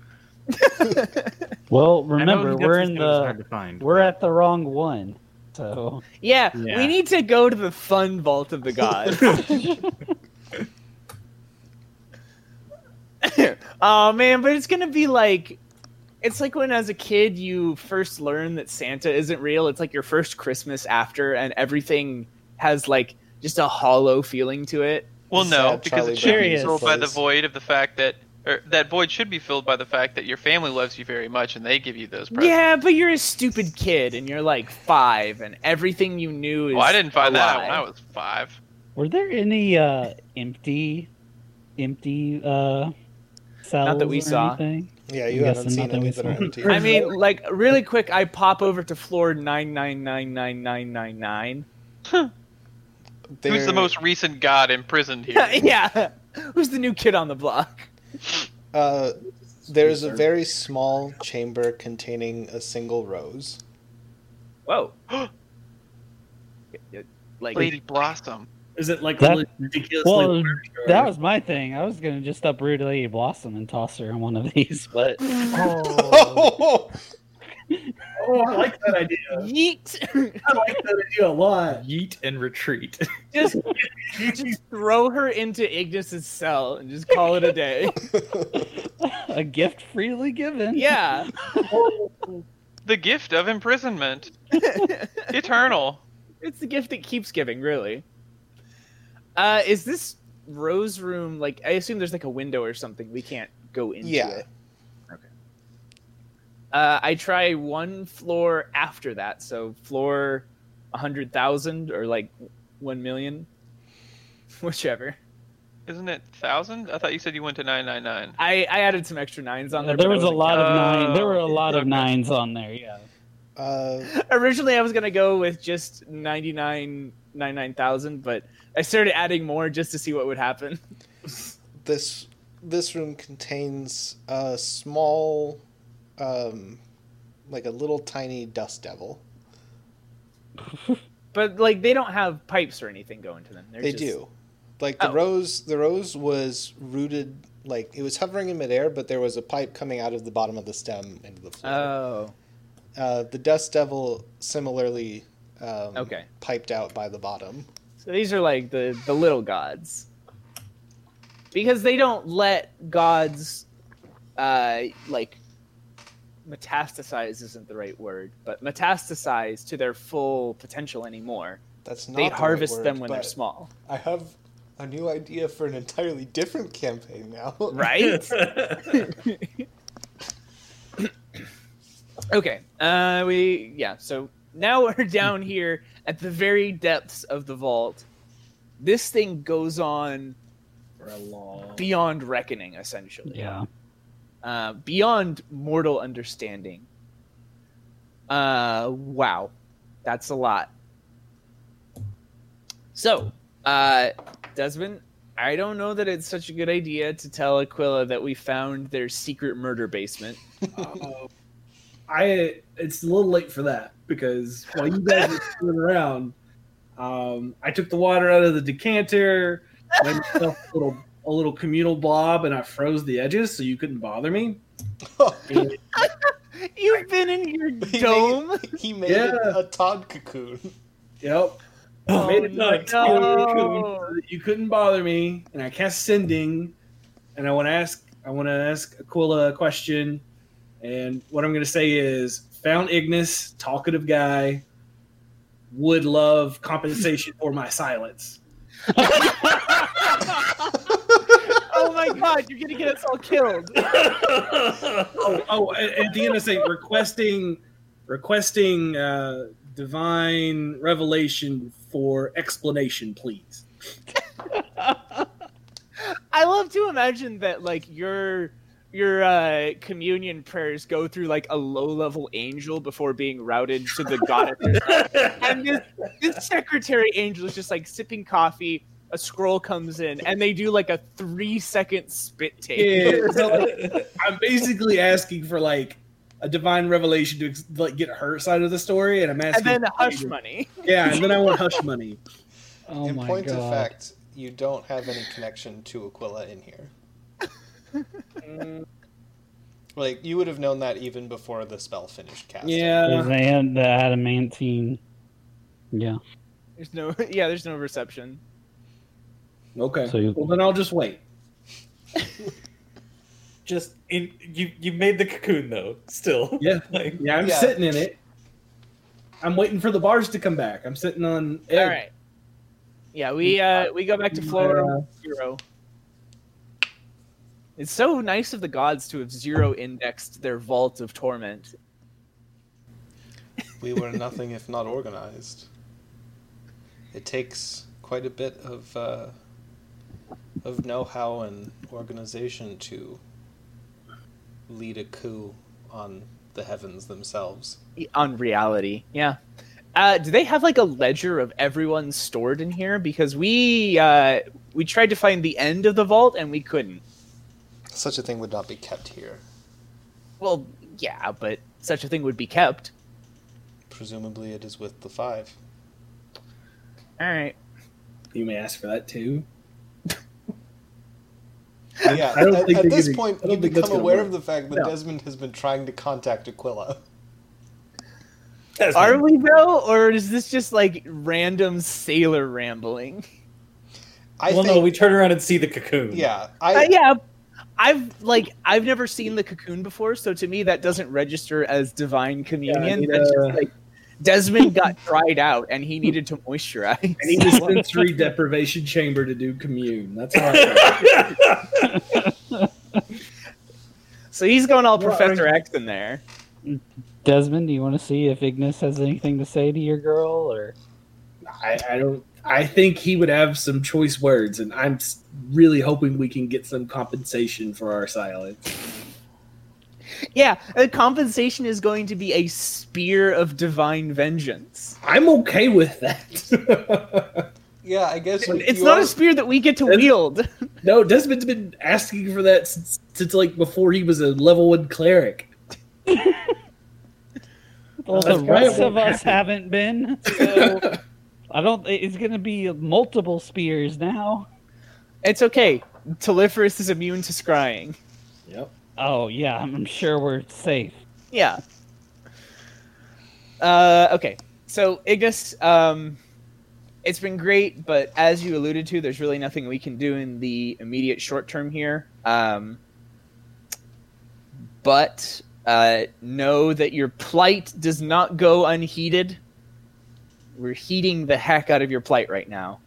[SPEAKER 5] Well,
[SPEAKER 8] I know he
[SPEAKER 5] remember
[SPEAKER 8] definitely
[SPEAKER 5] we're
[SPEAKER 8] said
[SPEAKER 5] in
[SPEAKER 8] it was hard
[SPEAKER 5] the
[SPEAKER 8] to find.
[SPEAKER 5] we're at the wrong one. So
[SPEAKER 6] Yeah,
[SPEAKER 8] Yeah.
[SPEAKER 6] we need to go to the fun vault of the gods. oh man, but it's gonna be like it's like when as a kid you first learn that Santa isn't real. It's like your first Christmas after and everything has like just a hollow feeling to it.
[SPEAKER 2] Well,
[SPEAKER 1] Sad
[SPEAKER 2] no, because
[SPEAKER 1] Charlie
[SPEAKER 2] it should be
[SPEAKER 5] Brown
[SPEAKER 2] filled by the
[SPEAKER 1] place.
[SPEAKER 2] void of the fact that, or that void should be filled by the fact that your family loves you very much and they give you those presents.
[SPEAKER 6] Yeah, but you're a stupid kid and you're like five and everything you knew is
[SPEAKER 2] Well, I didn't find
[SPEAKER 6] a
[SPEAKER 2] that out
[SPEAKER 6] lie.
[SPEAKER 2] when I was five.
[SPEAKER 5] were there any uh empty empty uh cells
[SPEAKER 6] that we
[SPEAKER 5] or
[SPEAKER 6] saw.
[SPEAKER 5] anything?
[SPEAKER 1] Yeah,
[SPEAKER 5] I'm
[SPEAKER 1] you haven't
[SPEAKER 5] guessing
[SPEAKER 1] seen
[SPEAKER 5] not that
[SPEAKER 1] any
[SPEAKER 5] we
[SPEAKER 1] that are
[SPEAKER 5] saw.
[SPEAKER 1] empty.
[SPEAKER 6] I mean, like really quick, I pop over to floor nine nine nine nine nine nine nine.
[SPEAKER 2] Who's
[SPEAKER 1] They're-
[SPEAKER 2] the most recent god imprisoned here?
[SPEAKER 6] yeah, who's the new kid on the block?
[SPEAKER 1] Uh, there's a very small chamber containing a single rose.
[SPEAKER 6] Whoa, like
[SPEAKER 2] Lady Blossom.
[SPEAKER 7] Is it like
[SPEAKER 5] That-
[SPEAKER 7] really ridiculously
[SPEAKER 5] Well,
[SPEAKER 7] large?
[SPEAKER 5] That was my thing. I was gonna just uproot Lady Blossom and toss her in one of these, but
[SPEAKER 7] oh, I like that idea.
[SPEAKER 6] yeet,
[SPEAKER 7] I like that idea a lot.
[SPEAKER 4] Yeet and retreat.
[SPEAKER 6] just just throw her into Ignis's cell and just call it a day.
[SPEAKER 5] a gift freely given.
[SPEAKER 6] Yeah,
[SPEAKER 2] The gift of imprisonment. Eternal.
[SPEAKER 6] it's the gift that keeps giving, really. Uh, is this rose room like? I assume there's like a window or something. We can't go into
[SPEAKER 1] Yeah.
[SPEAKER 6] it. Uh, I try one floor after that, so floor hundred thousand or like one million, whichever.
[SPEAKER 2] Isn't it thousand? I thought you said you went to nine nine nine.
[SPEAKER 6] I, I added some extra nines on there.
[SPEAKER 5] there
[SPEAKER 6] but I
[SPEAKER 5] was a
[SPEAKER 6] wasn't
[SPEAKER 5] lot of nine. There
[SPEAKER 2] Oh,
[SPEAKER 5] were a lot of
[SPEAKER 2] okay.
[SPEAKER 5] nines on there. Yeah.
[SPEAKER 1] Uh,
[SPEAKER 6] counting. Originally, I was gonna go with just ninety nine nine nine thousand, but I started adding more just to see what would happen.
[SPEAKER 1] this this room contains a small, um, like a little tiny dust devil.
[SPEAKER 6] But like they don't have pipes or anything going to them. They're
[SPEAKER 1] they
[SPEAKER 6] just-
[SPEAKER 1] do like the
[SPEAKER 6] Oh.
[SPEAKER 1] rose the rose was rooted like it was hovering in midair but there was a pipe coming out of the bottom of the stem into the floor
[SPEAKER 6] Oh,
[SPEAKER 1] uh, the dust devil similarly um,
[SPEAKER 6] Okay.
[SPEAKER 1] piped out by the bottom
[SPEAKER 6] so these are like the the little gods, because they don't let gods, uh, like metastasize isn't the right word, but metastasize to their full potential anymore.
[SPEAKER 1] that's not
[SPEAKER 6] They
[SPEAKER 1] the right
[SPEAKER 6] harvest
[SPEAKER 1] word,
[SPEAKER 6] them when they're
[SPEAKER 1] but
[SPEAKER 6] small,
[SPEAKER 1] i have a new idea for an entirely different campaign now
[SPEAKER 6] right? Okay. Uh, we yeah. So now we're down here at the very depths of the vault. This thing goes on
[SPEAKER 7] For a long.
[SPEAKER 6] beyond reckoning, essentially.
[SPEAKER 5] Yeah.
[SPEAKER 6] Uh, beyond mortal understanding. Uh, wow, that's a lot. So, uh, Desmond, I don't know that it's such a good idea to tell Aquila that we found their secret murder basement.
[SPEAKER 7] Oh. I it's a little late for that because while you guys were screwing around, um, I took the water out of the decanter, made myself a little a little communal blob, and I froze the edges so you couldn't bother me. And
[SPEAKER 6] You've been in your
[SPEAKER 1] He
[SPEAKER 6] dome.
[SPEAKER 1] made, he made
[SPEAKER 7] Yeah.
[SPEAKER 1] a Todd cocoon.
[SPEAKER 7] Yep.
[SPEAKER 6] Oh,
[SPEAKER 7] made it
[SPEAKER 6] no.
[SPEAKER 7] nice.
[SPEAKER 6] No.
[SPEAKER 7] So that You couldn't bother me, and I cast sending, and I want to ask I want to ask Aquila a question, and what I'm going to say is found Ignis, talkative guy, would love compensation for my silence.
[SPEAKER 6] Oh my god, you're gonna get us all killed.
[SPEAKER 7] Oh, oh at, at the end I say requesting requesting uh, divine revelation for explanation, please.
[SPEAKER 6] I love to imagine that like your your uh, communion prayers go through like a low level angel before being routed to the goddess. herself. and this, this secretary angel is just like sipping coffee. A scroll comes in, and they do like a three second spit take.
[SPEAKER 7] Yeah, so, like, I'm basically asking for like a divine revelation to ex- like get her side of the story, and I'm
[SPEAKER 6] And
[SPEAKER 7] asking
[SPEAKER 6] then hush money.
[SPEAKER 7] Yeah, and then I want hush money.
[SPEAKER 5] Oh
[SPEAKER 1] in
[SPEAKER 5] my
[SPEAKER 1] point
[SPEAKER 5] god.
[SPEAKER 1] of fact, you don't have any connection to Aquila in here. Like you would have known that even before the spell finished casting.
[SPEAKER 5] The,
[SPEAKER 7] Yeah,
[SPEAKER 5] Zan- the adamantine. Yeah.
[SPEAKER 6] There's no, yeah, there's no reception.
[SPEAKER 7] okay.
[SPEAKER 5] So you-
[SPEAKER 7] well, then I'll just wait.
[SPEAKER 4] Just in you you made the cocoon though. Still,
[SPEAKER 7] Yeah.
[SPEAKER 4] Like,
[SPEAKER 7] Yeah, I'm
[SPEAKER 1] Yeah.
[SPEAKER 7] sitting in it. I'm waiting for the bars to come back. I'm sitting on.
[SPEAKER 6] All right. Yeah, we uh we go back to floor zero. It's so nice of the gods to have zero indexed their vault of torment.
[SPEAKER 1] We were nothing if not organized. It takes quite a bit of uh, of know-how and organization to lead a coup on the heavens themselves.
[SPEAKER 6] on reality. Yeah. Uh, do they have like a ledger of everyone stored in here? Because we uh, we tried to find the end of the vault and we couldn't.
[SPEAKER 1] Such a thing would not be kept here.
[SPEAKER 6] Well, yeah, but such a thing would be kept.
[SPEAKER 1] Presumably, it is with the five.
[SPEAKER 6] All right.
[SPEAKER 7] You may ask for that too.
[SPEAKER 1] Yeah,
[SPEAKER 7] I don't
[SPEAKER 1] at,
[SPEAKER 7] think
[SPEAKER 1] at
[SPEAKER 7] they're
[SPEAKER 1] this
[SPEAKER 7] gonna-
[SPEAKER 1] point,
[SPEAKER 7] I don't
[SPEAKER 1] you
[SPEAKER 7] think that's
[SPEAKER 1] become
[SPEAKER 7] gonna
[SPEAKER 1] aware
[SPEAKER 7] work.
[SPEAKER 1] of the fact that
[SPEAKER 7] No.
[SPEAKER 1] Desmond has been trying to contact Aquila.
[SPEAKER 4] that's
[SPEAKER 6] Are
[SPEAKER 4] my-
[SPEAKER 6] we though, or is this just like random sailor rambling?
[SPEAKER 1] I
[SPEAKER 4] well,
[SPEAKER 1] think,
[SPEAKER 4] no, we turn around and see the cocoon.
[SPEAKER 1] yeah,
[SPEAKER 6] Uh,
[SPEAKER 1] I,
[SPEAKER 6] yeah. I've like I've never seen the cocoon before, so to me that doesn't register as divine communion.
[SPEAKER 7] need
[SPEAKER 6] That's
[SPEAKER 7] a-
[SPEAKER 6] just like Desmond got dried out and he needed to moisturize.
[SPEAKER 7] I need a sensory deprivation chamber to do commune. That's how I
[SPEAKER 6] So he's going all
[SPEAKER 7] Well, I
[SPEAKER 6] Professor X in there.
[SPEAKER 5] Desmond, do you want to see if Ignis has anything to say to your girl, or
[SPEAKER 7] I, I don't. I think he would have some choice words, and I'm s- really hoping we can get some compensation for our silence.
[SPEAKER 6] Yeah, the compensation is going to be a spear of divine vengeance.
[SPEAKER 7] I'm okay with that.
[SPEAKER 1] yeah, I guess you-
[SPEAKER 6] It's
[SPEAKER 1] you
[SPEAKER 6] not
[SPEAKER 1] are-
[SPEAKER 6] a spear that we get to
[SPEAKER 7] That's-
[SPEAKER 6] wield.
[SPEAKER 7] no, Desmond's been asking for that since, since like before he was a level one cleric.
[SPEAKER 5] well, the
[SPEAKER 7] that's probably
[SPEAKER 5] rest
[SPEAKER 7] what
[SPEAKER 5] of us haven't been? So I don't. It's going to be multiple spears now.
[SPEAKER 6] It's okay. Telephorus is immune to scrying.
[SPEAKER 7] Yep.
[SPEAKER 5] Oh yeah, I'm sure we're safe.
[SPEAKER 6] Yeah. Uh, okay. So Ignis, um, it's been great, but as you alluded to, there's really nothing we can do in the immediate short term here. Um, but uh, know that your plight does not go unheeded. We're heating the heck out of your plight right now.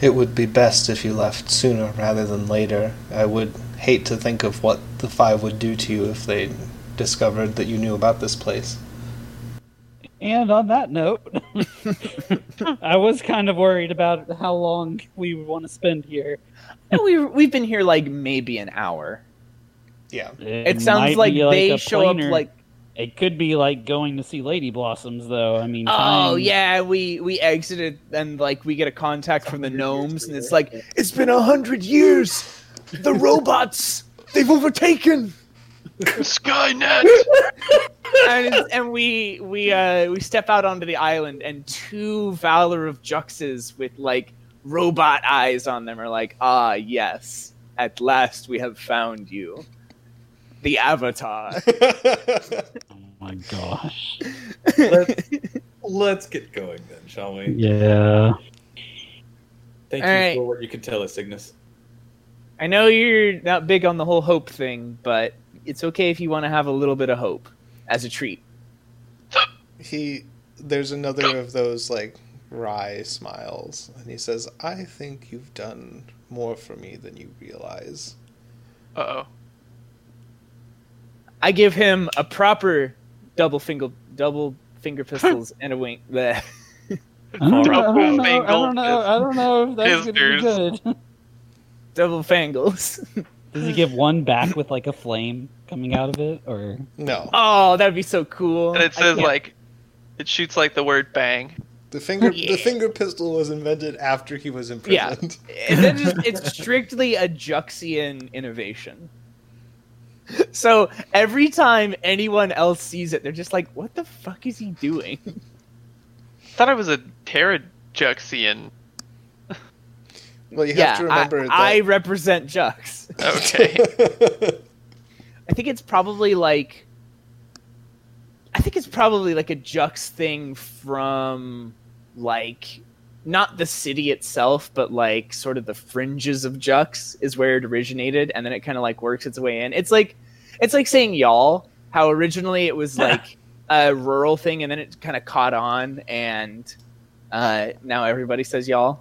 [SPEAKER 1] It would be best if you left sooner rather than later. I would hate to think of what the five would do to you if they discovered that you knew about this place.
[SPEAKER 5] And on that note, I was kind of worried about how long we would want to spend here.
[SPEAKER 6] And we we've been here like maybe an hour.
[SPEAKER 1] Yeah.
[SPEAKER 6] It, sounds
[SPEAKER 5] might
[SPEAKER 6] like,
[SPEAKER 5] be
[SPEAKER 6] they
[SPEAKER 5] a
[SPEAKER 6] show up
[SPEAKER 5] planer-
[SPEAKER 6] like
[SPEAKER 5] it could be like going to see Lady Blossoms, though. I mean,
[SPEAKER 6] Oh
[SPEAKER 5] time-
[SPEAKER 6] yeah, we we exited and like we get a contact from the gnomes, and it's like it's been a hundred years. The robots they've overtaken,
[SPEAKER 2] Skynet.
[SPEAKER 6] and, it's- and we we uh, we step out onto the island, and two Valor of Juxes with like robot eyes on them are like, ah yes, at last we have found you, the Avatar.
[SPEAKER 5] Oh my gosh.
[SPEAKER 4] Let's, let's get going then, shall we?
[SPEAKER 5] Yeah.
[SPEAKER 4] Thank
[SPEAKER 6] All
[SPEAKER 4] you
[SPEAKER 6] right.
[SPEAKER 4] for what you can tell us, Ignis.
[SPEAKER 6] I know you're not big on the whole hope thing, but it's okay if you want to have a little bit of hope as a treat.
[SPEAKER 1] He there's another of those like wry smiles, and he says, "I think you've done more for me than you realize."
[SPEAKER 2] Uh oh.
[SPEAKER 6] I give him a proper double finger, double finger pistols and a wink. Bleh.
[SPEAKER 5] I don't, know, I,
[SPEAKER 2] Double
[SPEAKER 5] don't know, I
[SPEAKER 2] mangled
[SPEAKER 5] don't know. I don't know if that's gonna be
[SPEAKER 2] Pizzers.
[SPEAKER 5] good.
[SPEAKER 6] double fangles.
[SPEAKER 5] Does he give one back with like a flame coming out of it, or
[SPEAKER 1] No,
[SPEAKER 6] Oh, that'd be so cool.
[SPEAKER 2] And it
[SPEAKER 6] I
[SPEAKER 2] says
[SPEAKER 6] can't-
[SPEAKER 2] like, it shoots like the word bang.
[SPEAKER 1] the finger
[SPEAKER 6] Yeah.
[SPEAKER 1] the finger pistol was invented after he was
[SPEAKER 6] Yeah.
[SPEAKER 1] imprisoned.
[SPEAKER 6] and then just, it's strictly a Juxian innovation. So every time anyone else sees it, they're just like, "What the fuck is he doing?"
[SPEAKER 2] thought I was a Terajuxian.
[SPEAKER 1] Well, you
[SPEAKER 6] yeah,
[SPEAKER 1] have to remember
[SPEAKER 6] I,
[SPEAKER 1] that.
[SPEAKER 6] I represent Jux.
[SPEAKER 2] Okay.
[SPEAKER 6] I think it's probably like, I think it's probably like a Jux thing from like not the city itself, but like sort of the fringes of Jux is where it originated, and then it kind of like works its way in. It's like, it's like saying y'all. How originally it was like a rural thing, and then it kind of caught on, and uh, now everybody says y'all.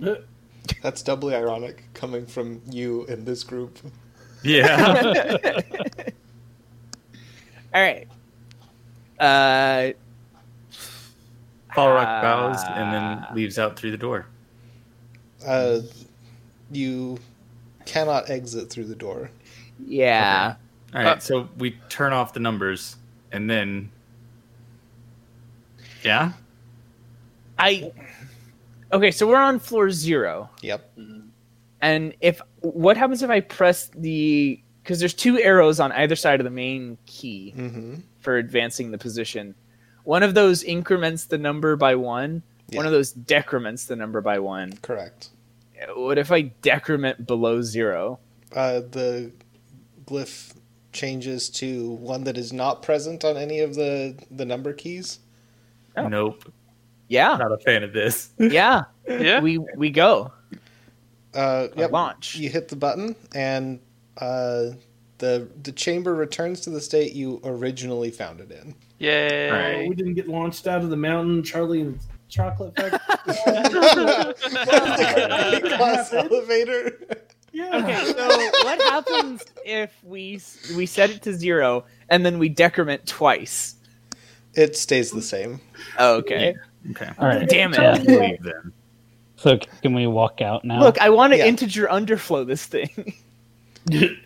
[SPEAKER 1] That's doubly ironic coming from you in this group.
[SPEAKER 4] Yeah.
[SPEAKER 6] All right. Uh,
[SPEAKER 8] Ah.
[SPEAKER 4] Falrock bows and then leaves out through the door.
[SPEAKER 1] Uh, you cannot exit through the door.
[SPEAKER 6] yeah.
[SPEAKER 4] All
[SPEAKER 5] Uh,
[SPEAKER 4] right, so we turn off the numbers and then. Yeah.
[SPEAKER 6] I. Okay, so we're on floor zero,
[SPEAKER 1] Yep.
[SPEAKER 6] and if what happens if I press the because there's two arrows on either side of the main key
[SPEAKER 1] Mm-hmm.
[SPEAKER 6] for advancing the position. One of those increments the number by one. One
[SPEAKER 1] Yeah.
[SPEAKER 6] of those decrements the number by one.
[SPEAKER 1] Correct.
[SPEAKER 6] What if I decrement below zero?
[SPEAKER 1] Uh, the glyph changes to one that is not present on any of the the number keys.
[SPEAKER 6] Oh.
[SPEAKER 4] Nope.
[SPEAKER 6] Yeah,
[SPEAKER 4] Not a fan of this.
[SPEAKER 6] yeah.
[SPEAKER 2] yeah.
[SPEAKER 6] We we go
[SPEAKER 1] Uh, yep.
[SPEAKER 6] launch.
[SPEAKER 1] You hit the button, and uh, the the chamber returns to the state you originally found it in.
[SPEAKER 2] Yay.
[SPEAKER 7] We didn't get launched out of the mountain, Charlie and the Chocolate Factory.
[SPEAKER 1] Class elevator.
[SPEAKER 6] Okay, so what happens if we we set it to zero and then we decrement twice?
[SPEAKER 1] It stays the same.
[SPEAKER 6] Oh, Okay.
[SPEAKER 4] Okay.
[SPEAKER 5] all right?
[SPEAKER 6] Damn it.
[SPEAKER 5] Yeah.
[SPEAKER 4] Leave then.
[SPEAKER 5] So c- can we walk out now?
[SPEAKER 6] Look, I want
[SPEAKER 1] Um,
[SPEAKER 6] to
[SPEAKER 1] Yeah.
[SPEAKER 6] integer underflow this thing.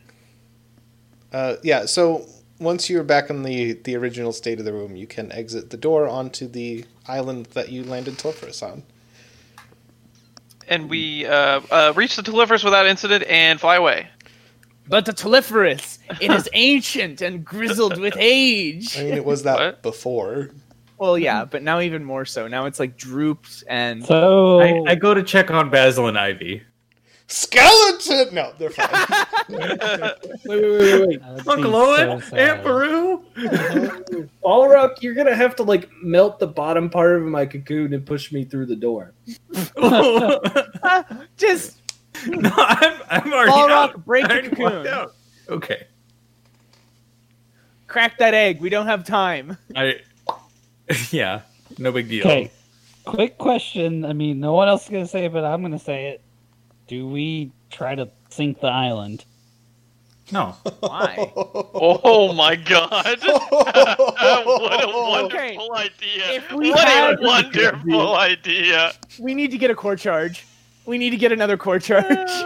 [SPEAKER 1] Uh, yeah. So once you're back in the the original state of the room, you can exit the door onto the island that you landed Telephorus on.
[SPEAKER 2] And we uh, uh, reach the Telephorus without incident and fly away.
[SPEAKER 6] But the telephorus, it is ancient and grizzled with
[SPEAKER 1] I
[SPEAKER 6] age.
[SPEAKER 1] mean, it was that
[SPEAKER 2] What?
[SPEAKER 1] before.
[SPEAKER 6] Well, yeah, but now even more so. Now it's like drooped and
[SPEAKER 5] So
[SPEAKER 4] I,
[SPEAKER 8] Oh.
[SPEAKER 4] I go to check on Basil and Ivy.
[SPEAKER 1] Skeleton. No, they're fine.
[SPEAKER 7] wait, wait, wait, wait.
[SPEAKER 5] That would be
[SPEAKER 4] Uncle Owen,
[SPEAKER 5] so sad.
[SPEAKER 4] Aunt Peru.
[SPEAKER 7] Balrock, you're gonna have to like melt the bottom part of my cocoon and push me through the door.
[SPEAKER 4] no,
[SPEAKER 6] "Ah, just
[SPEAKER 4] I'm, I'm already
[SPEAKER 6] Balrog,
[SPEAKER 4] out.
[SPEAKER 6] break
[SPEAKER 4] I
[SPEAKER 6] the
[SPEAKER 4] already walked
[SPEAKER 6] cocoon.
[SPEAKER 4] out. Okay.
[SPEAKER 6] crack that egg. We don't have time.
[SPEAKER 4] I. Yeah. No big deal.
[SPEAKER 5] Okay. Quick question. I mean, no one else is gonna say it, but I'm gonna say it. Do we try to sink the island?
[SPEAKER 4] No.
[SPEAKER 6] Why?
[SPEAKER 2] Oh my god. what a
[SPEAKER 1] Oh,
[SPEAKER 6] Okay.
[SPEAKER 2] wonderful idea.
[SPEAKER 6] If we
[SPEAKER 2] what
[SPEAKER 6] had-
[SPEAKER 2] a wonderful idea.
[SPEAKER 6] We need to get a core charge. We need to get another core charge.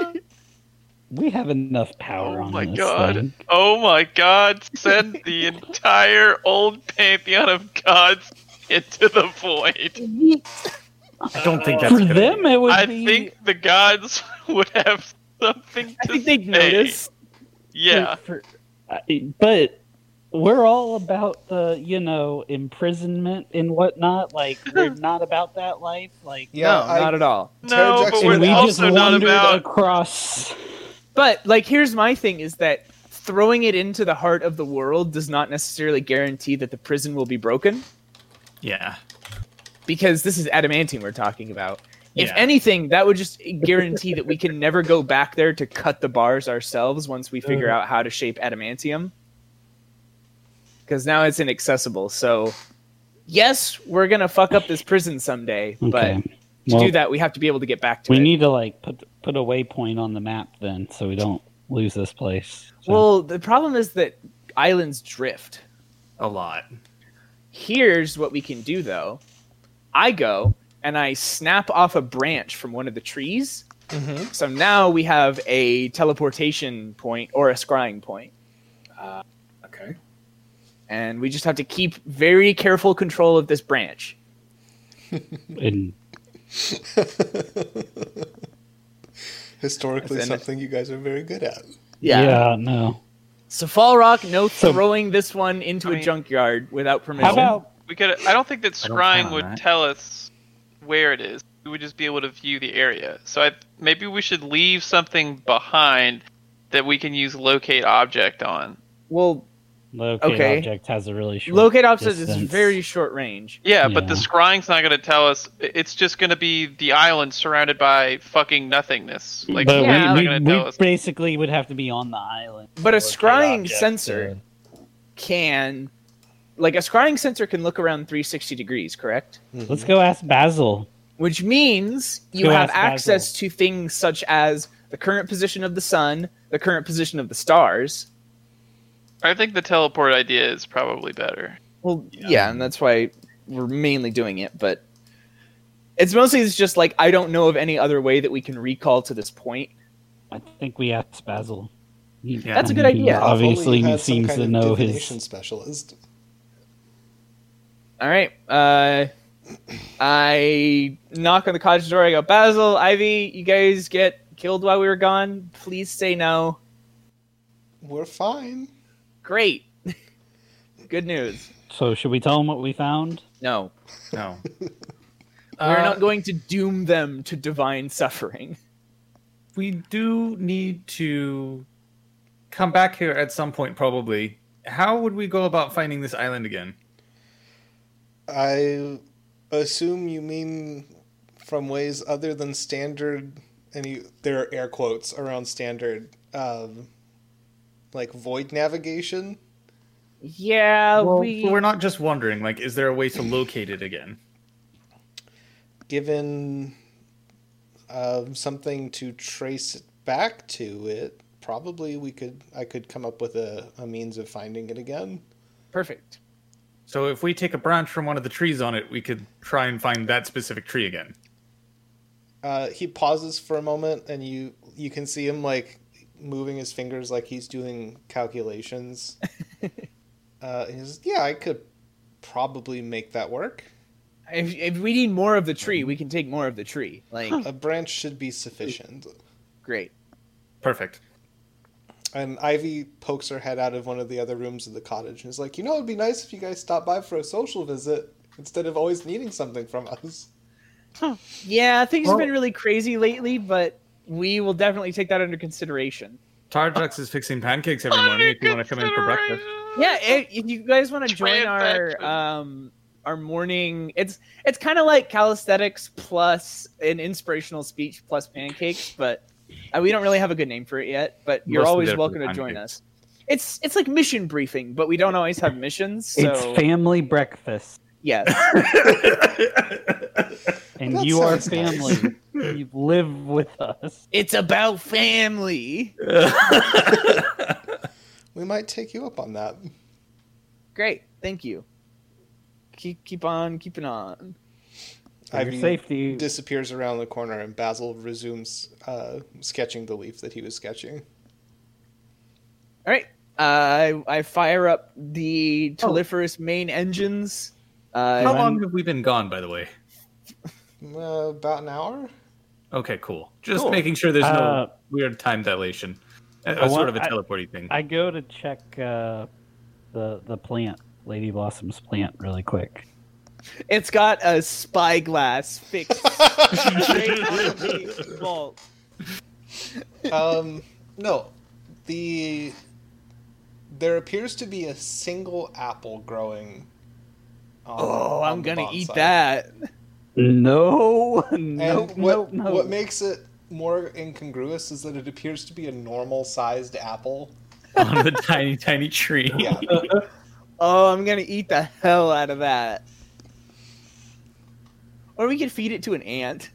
[SPEAKER 5] We have enough power
[SPEAKER 2] Oh
[SPEAKER 5] on
[SPEAKER 2] my
[SPEAKER 5] this
[SPEAKER 2] God.
[SPEAKER 5] thing.
[SPEAKER 2] Oh my god. Send the entire old pantheon of gods into the void.
[SPEAKER 4] I don't think that's
[SPEAKER 5] For
[SPEAKER 4] good.
[SPEAKER 5] them, it would
[SPEAKER 2] I
[SPEAKER 5] be.
[SPEAKER 2] think the gods would have something to
[SPEAKER 6] I think they'd
[SPEAKER 2] say.
[SPEAKER 6] notice.
[SPEAKER 2] Yeah.
[SPEAKER 5] for- I- but we're all about the you know imprisonment and whatnot. Like we're not about that life. Like
[SPEAKER 1] Yeah,
[SPEAKER 6] no,
[SPEAKER 1] I-
[SPEAKER 6] not at all.
[SPEAKER 1] Tara
[SPEAKER 2] No, but
[SPEAKER 1] Jackson
[SPEAKER 5] and
[SPEAKER 2] we're
[SPEAKER 1] would
[SPEAKER 5] we just
[SPEAKER 2] also not
[SPEAKER 5] wandered
[SPEAKER 2] about
[SPEAKER 5] across.
[SPEAKER 6] But like, here's my thing: is that throwing it into the heart of the world does not necessarily guarantee that the prison will be broken,
[SPEAKER 4] Yeah.
[SPEAKER 6] because this is adamantine we're talking about. If
[SPEAKER 4] Yeah.
[SPEAKER 6] anything, that would just guarantee that we can never go back there to cut the bars ourselves once we figure
[SPEAKER 5] Uh-huh.
[SPEAKER 6] out how to shape adamantium. Because now it's inaccessible, so yes, we're gonna fuck up this prison someday, but
[SPEAKER 5] Okay.
[SPEAKER 6] to
[SPEAKER 5] Well,
[SPEAKER 6] do that, we have to be able to get back to
[SPEAKER 5] we
[SPEAKER 6] it.
[SPEAKER 5] need to like put put a waypoint on the map then, so we don't lose this place. So-
[SPEAKER 6] Well, the problem is that islands drift.
[SPEAKER 4] a lot.
[SPEAKER 6] Here's what we can do though. I go and I snap off a branch from one of the trees.
[SPEAKER 5] Mm-hmm.
[SPEAKER 1] Mhm.
[SPEAKER 6] So now we have a teleportation point or a scrying point.
[SPEAKER 5] Uh,
[SPEAKER 7] Okay.
[SPEAKER 6] And we just have to keep very careful control of this branch.
[SPEAKER 5] and
[SPEAKER 1] Historically,
[SPEAKER 6] That's in it.
[SPEAKER 1] something you guys are very good at.
[SPEAKER 5] yeah. no.
[SPEAKER 6] So Fall Rock, no
[SPEAKER 5] So-
[SPEAKER 6] throwing this one into
[SPEAKER 2] I
[SPEAKER 6] a
[SPEAKER 2] mean-
[SPEAKER 6] junkyard without permission.
[SPEAKER 5] How about
[SPEAKER 2] We could. I don't think that
[SPEAKER 4] I don't
[SPEAKER 2] scrying
[SPEAKER 4] count
[SPEAKER 2] would
[SPEAKER 4] that.
[SPEAKER 2] tell us where it is. We would just be able to view the area. So I, maybe we should leave something behind that we can use locate object on.
[SPEAKER 6] well,
[SPEAKER 5] locate
[SPEAKER 6] Okay.
[SPEAKER 5] object has a really short
[SPEAKER 6] locate object is
[SPEAKER 5] distance.
[SPEAKER 6] very short range.
[SPEAKER 2] Yeah, but the
[SPEAKER 5] Yeah.
[SPEAKER 2] scrying's not going to tell us. i- It's just going to be the island surrounded by fucking nothingness. Like
[SPEAKER 5] but
[SPEAKER 2] it's
[SPEAKER 6] Yeah.
[SPEAKER 2] not
[SPEAKER 5] we,
[SPEAKER 2] going to
[SPEAKER 5] we,
[SPEAKER 2] tell
[SPEAKER 5] we
[SPEAKER 2] us.
[SPEAKER 5] basically would have to be on the island.
[SPEAKER 6] But a
[SPEAKER 5] to locate
[SPEAKER 6] scrying
[SPEAKER 5] objects
[SPEAKER 6] sensor-
[SPEAKER 5] and-
[SPEAKER 6] Can like a scrying sensor can look around 360 degrees, correct?
[SPEAKER 5] Let's go ask Basil.
[SPEAKER 6] Which means you
[SPEAKER 5] Go
[SPEAKER 6] have
[SPEAKER 5] ask Basil.
[SPEAKER 6] access to things such as the current position of the sun, the current position of the stars.
[SPEAKER 2] I think the teleport idea is probably better.
[SPEAKER 6] Well, yeah, and that's why we're mainly doing it, but it's mostly it's just like I don't know of any other way that we can recall to this point.
[SPEAKER 5] I think we asked Basil. He-
[SPEAKER 4] Yeah.
[SPEAKER 6] That's a good
[SPEAKER 5] I mean,
[SPEAKER 6] idea.
[SPEAKER 5] he
[SPEAKER 6] If only
[SPEAKER 5] Obviously, he seems to know his.
[SPEAKER 1] specialist.
[SPEAKER 6] All right. Uh, I knock on the cottage door. I go, Basil, Ivy, you guys get killed while we were gone. Please say no.
[SPEAKER 1] We're fine.
[SPEAKER 6] Great. Good news.
[SPEAKER 5] So, should we tell him what we found?
[SPEAKER 6] No.
[SPEAKER 4] No.
[SPEAKER 6] We're
[SPEAKER 4] Uh,
[SPEAKER 6] not going to doom them to divine suffering.
[SPEAKER 4] we do need to come back here at some point, probably. How would we go about finding this island again?
[SPEAKER 1] I assume you mean from ways other than standard. And you, there are air quotes around standard, um, like void navigation.
[SPEAKER 6] Yeah, we.
[SPEAKER 4] We're not just wondering, like, is there a way to locate it again?
[SPEAKER 1] Given um, something to trace it back to it, probably we could. I could come up with a, a means of finding it again.
[SPEAKER 6] Perfect.
[SPEAKER 4] So if we take a branch from one of the trees on it, we could try and find that specific tree again.
[SPEAKER 1] Uh, he pauses for a moment, and you you can see him like moving his fingers, like he's doing calculations. uh, he says, "Yeah, I could probably make that work.
[SPEAKER 6] If, if we need more of the tree, we can take more of the tree. Like,
[SPEAKER 1] A branch should be sufficient."
[SPEAKER 6] great.
[SPEAKER 4] Perfect.
[SPEAKER 1] And Ivy pokes her head out of one of the other rooms of the cottage and is like, "You know, it'd be nice if you guys stopped by for a social visit instead of always needing something from us."
[SPEAKER 6] Yeah, things have been
[SPEAKER 4] Well-
[SPEAKER 6] really crazy lately, but we will definitely take that under consideration.
[SPEAKER 4] Tarjux is fixing pancakes every morning if you want to come in for breakfast.
[SPEAKER 6] yeah if, if you guys want to join our
[SPEAKER 2] Transaction.
[SPEAKER 6] um our morning it's it's kind of like calisthenics plus an inspirational speech plus pancakes but uh, we don't really have a good name for it yet but you're
[SPEAKER 4] Mostly
[SPEAKER 6] always
[SPEAKER 4] there for
[SPEAKER 6] welcome
[SPEAKER 4] the
[SPEAKER 6] to join
[SPEAKER 4] pancakes.
[SPEAKER 6] us it's it's like mission briefing but we don't always have missions
[SPEAKER 5] It's
[SPEAKER 6] so
[SPEAKER 5] family breakfast,
[SPEAKER 6] yes
[SPEAKER 5] and
[SPEAKER 1] That
[SPEAKER 5] you are
[SPEAKER 1] sounds nice.
[SPEAKER 5] family. you live with us.
[SPEAKER 6] it's about family
[SPEAKER 1] We might take you up on that.
[SPEAKER 6] great thank you keep keep on keeping on
[SPEAKER 5] For your safety.
[SPEAKER 1] disappears around the corner, and Basil resumes uh, sketching the leaf that he was sketching.
[SPEAKER 6] All right. Uh, I I fire up the teleferous main engines. Uh,
[SPEAKER 4] How long have we been gone, by the way?
[SPEAKER 1] Uh, about an hour.
[SPEAKER 4] Okay, cool. Just
[SPEAKER 6] Cool.
[SPEAKER 4] making sure there's no
[SPEAKER 5] Uh,
[SPEAKER 4] weird time dilation. Uh,
[SPEAKER 5] I
[SPEAKER 4] sort
[SPEAKER 5] want-
[SPEAKER 4] of a
[SPEAKER 5] I-
[SPEAKER 4] teleporting thing.
[SPEAKER 5] I go to check uh, the the plant, Lady Blossom's plant, really quick.
[SPEAKER 6] It's got a spyglass fixed straight on the vault.
[SPEAKER 1] um, no, the there appears to be a single apple growing. on-
[SPEAKER 6] Oh,
[SPEAKER 1] on
[SPEAKER 6] I'm
[SPEAKER 1] the
[SPEAKER 6] gonna eat
[SPEAKER 1] bonsai.
[SPEAKER 6] that.
[SPEAKER 5] No,
[SPEAKER 1] And
[SPEAKER 5] no,
[SPEAKER 1] what
[SPEAKER 5] no, no.
[SPEAKER 1] what makes it more incongruous is that it appears to be a normal sized apple.
[SPEAKER 4] on the tiny, tiny tree.
[SPEAKER 1] Yeah,
[SPEAKER 6] Oh, I'm gonna eat the hell out of that. Or we could feed it to an ant.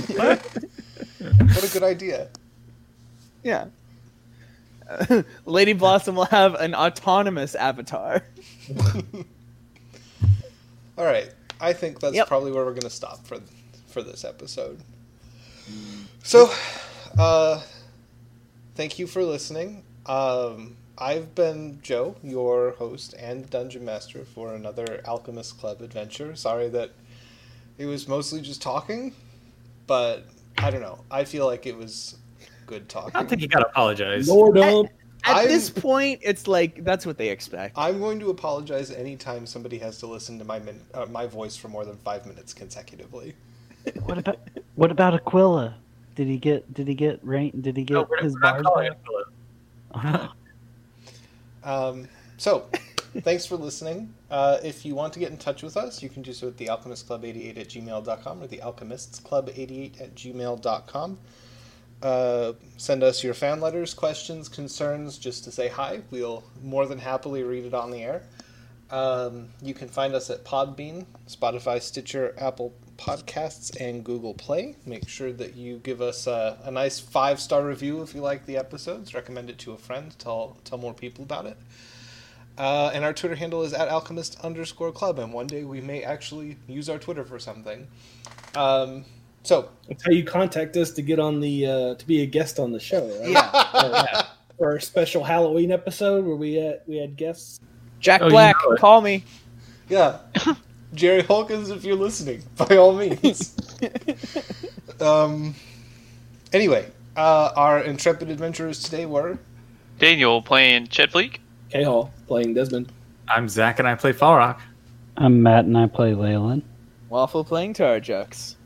[SPEAKER 1] What a good idea.
[SPEAKER 6] Yeah. Uh, Lady Blossom will have an autonomous avatar.
[SPEAKER 1] All right. I think that's
[SPEAKER 6] Yep.
[SPEAKER 1] probably where we're going to stop for for this episode. So, uh, thank you for listening. Um, I've been Joe, your host and dungeon master for another Alchemist Club adventure. Sorry that it was mostly just talking, but I don't know. I feel like it was good
[SPEAKER 4] I don't
[SPEAKER 1] talking.
[SPEAKER 4] think you gotta apologize.
[SPEAKER 3] Lord
[SPEAKER 6] At, at
[SPEAKER 1] I'm-
[SPEAKER 6] this point, it's like that's what they expect.
[SPEAKER 1] I'm going to apologize anytime somebody has to listen to my min- uh, my voice for more than five minutes consecutively.
[SPEAKER 5] What about what about Aquila? Did he get did he get rain did he get
[SPEAKER 4] No, we're-
[SPEAKER 5] his
[SPEAKER 4] we're not
[SPEAKER 5] bars
[SPEAKER 4] calling
[SPEAKER 5] back?
[SPEAKER 4] it Philip.
[SPEAKER 1] Um, so, thanks for listening. Uh, if you want to get in touch with us, you can do so at thealchemistclub88 at gmail.com or thealchemistsclub88 at gmail.com. Uh, send us your fan letters, questions, concerns, just to say hi. We'll more than happily read it on the air. Um, you can find us at Podbean, Spotify, Stitcher, Apple Podcasts, and Google Play. Make sure that you give us a, a nice five star review if you like the episodes. Recommend it to a friend. Tell tell more people about it. Uh, and our Twitter handle is at alchemist underscore club. And one day we may actually use our Twitter for something. Um, so
[SPEAKER 3] That's how you contact us to get on the uh, to be a guest on the show, right?
[SPEAKER 6] Yeah.
[SPEAKER 3] For our special Halloween episode where we had, we had guests.
[SPEAKER 6] Jack
[SPEAKER 4] Oh, you
[SPEAKER 6] Black,
[SPEAKER 4] know it.
[SPEAKER 6] call me.
[SPEAKER 1] yeah, Jerry Hawkins, if you're listening, by all means. um, anyway, uh, our intrepid adventurers today were.
[SPEAKER 2] Daniel playing Chet Fleek.
[SPEAKER 3] K Hall playing Desmond.
[SPEAKER 4] I'm Zach and I play Fall Rock.
[SPEAKER 5] I'm Matt and I play Leyland.
[SPEAKER 6] Waffle playing Tarjux.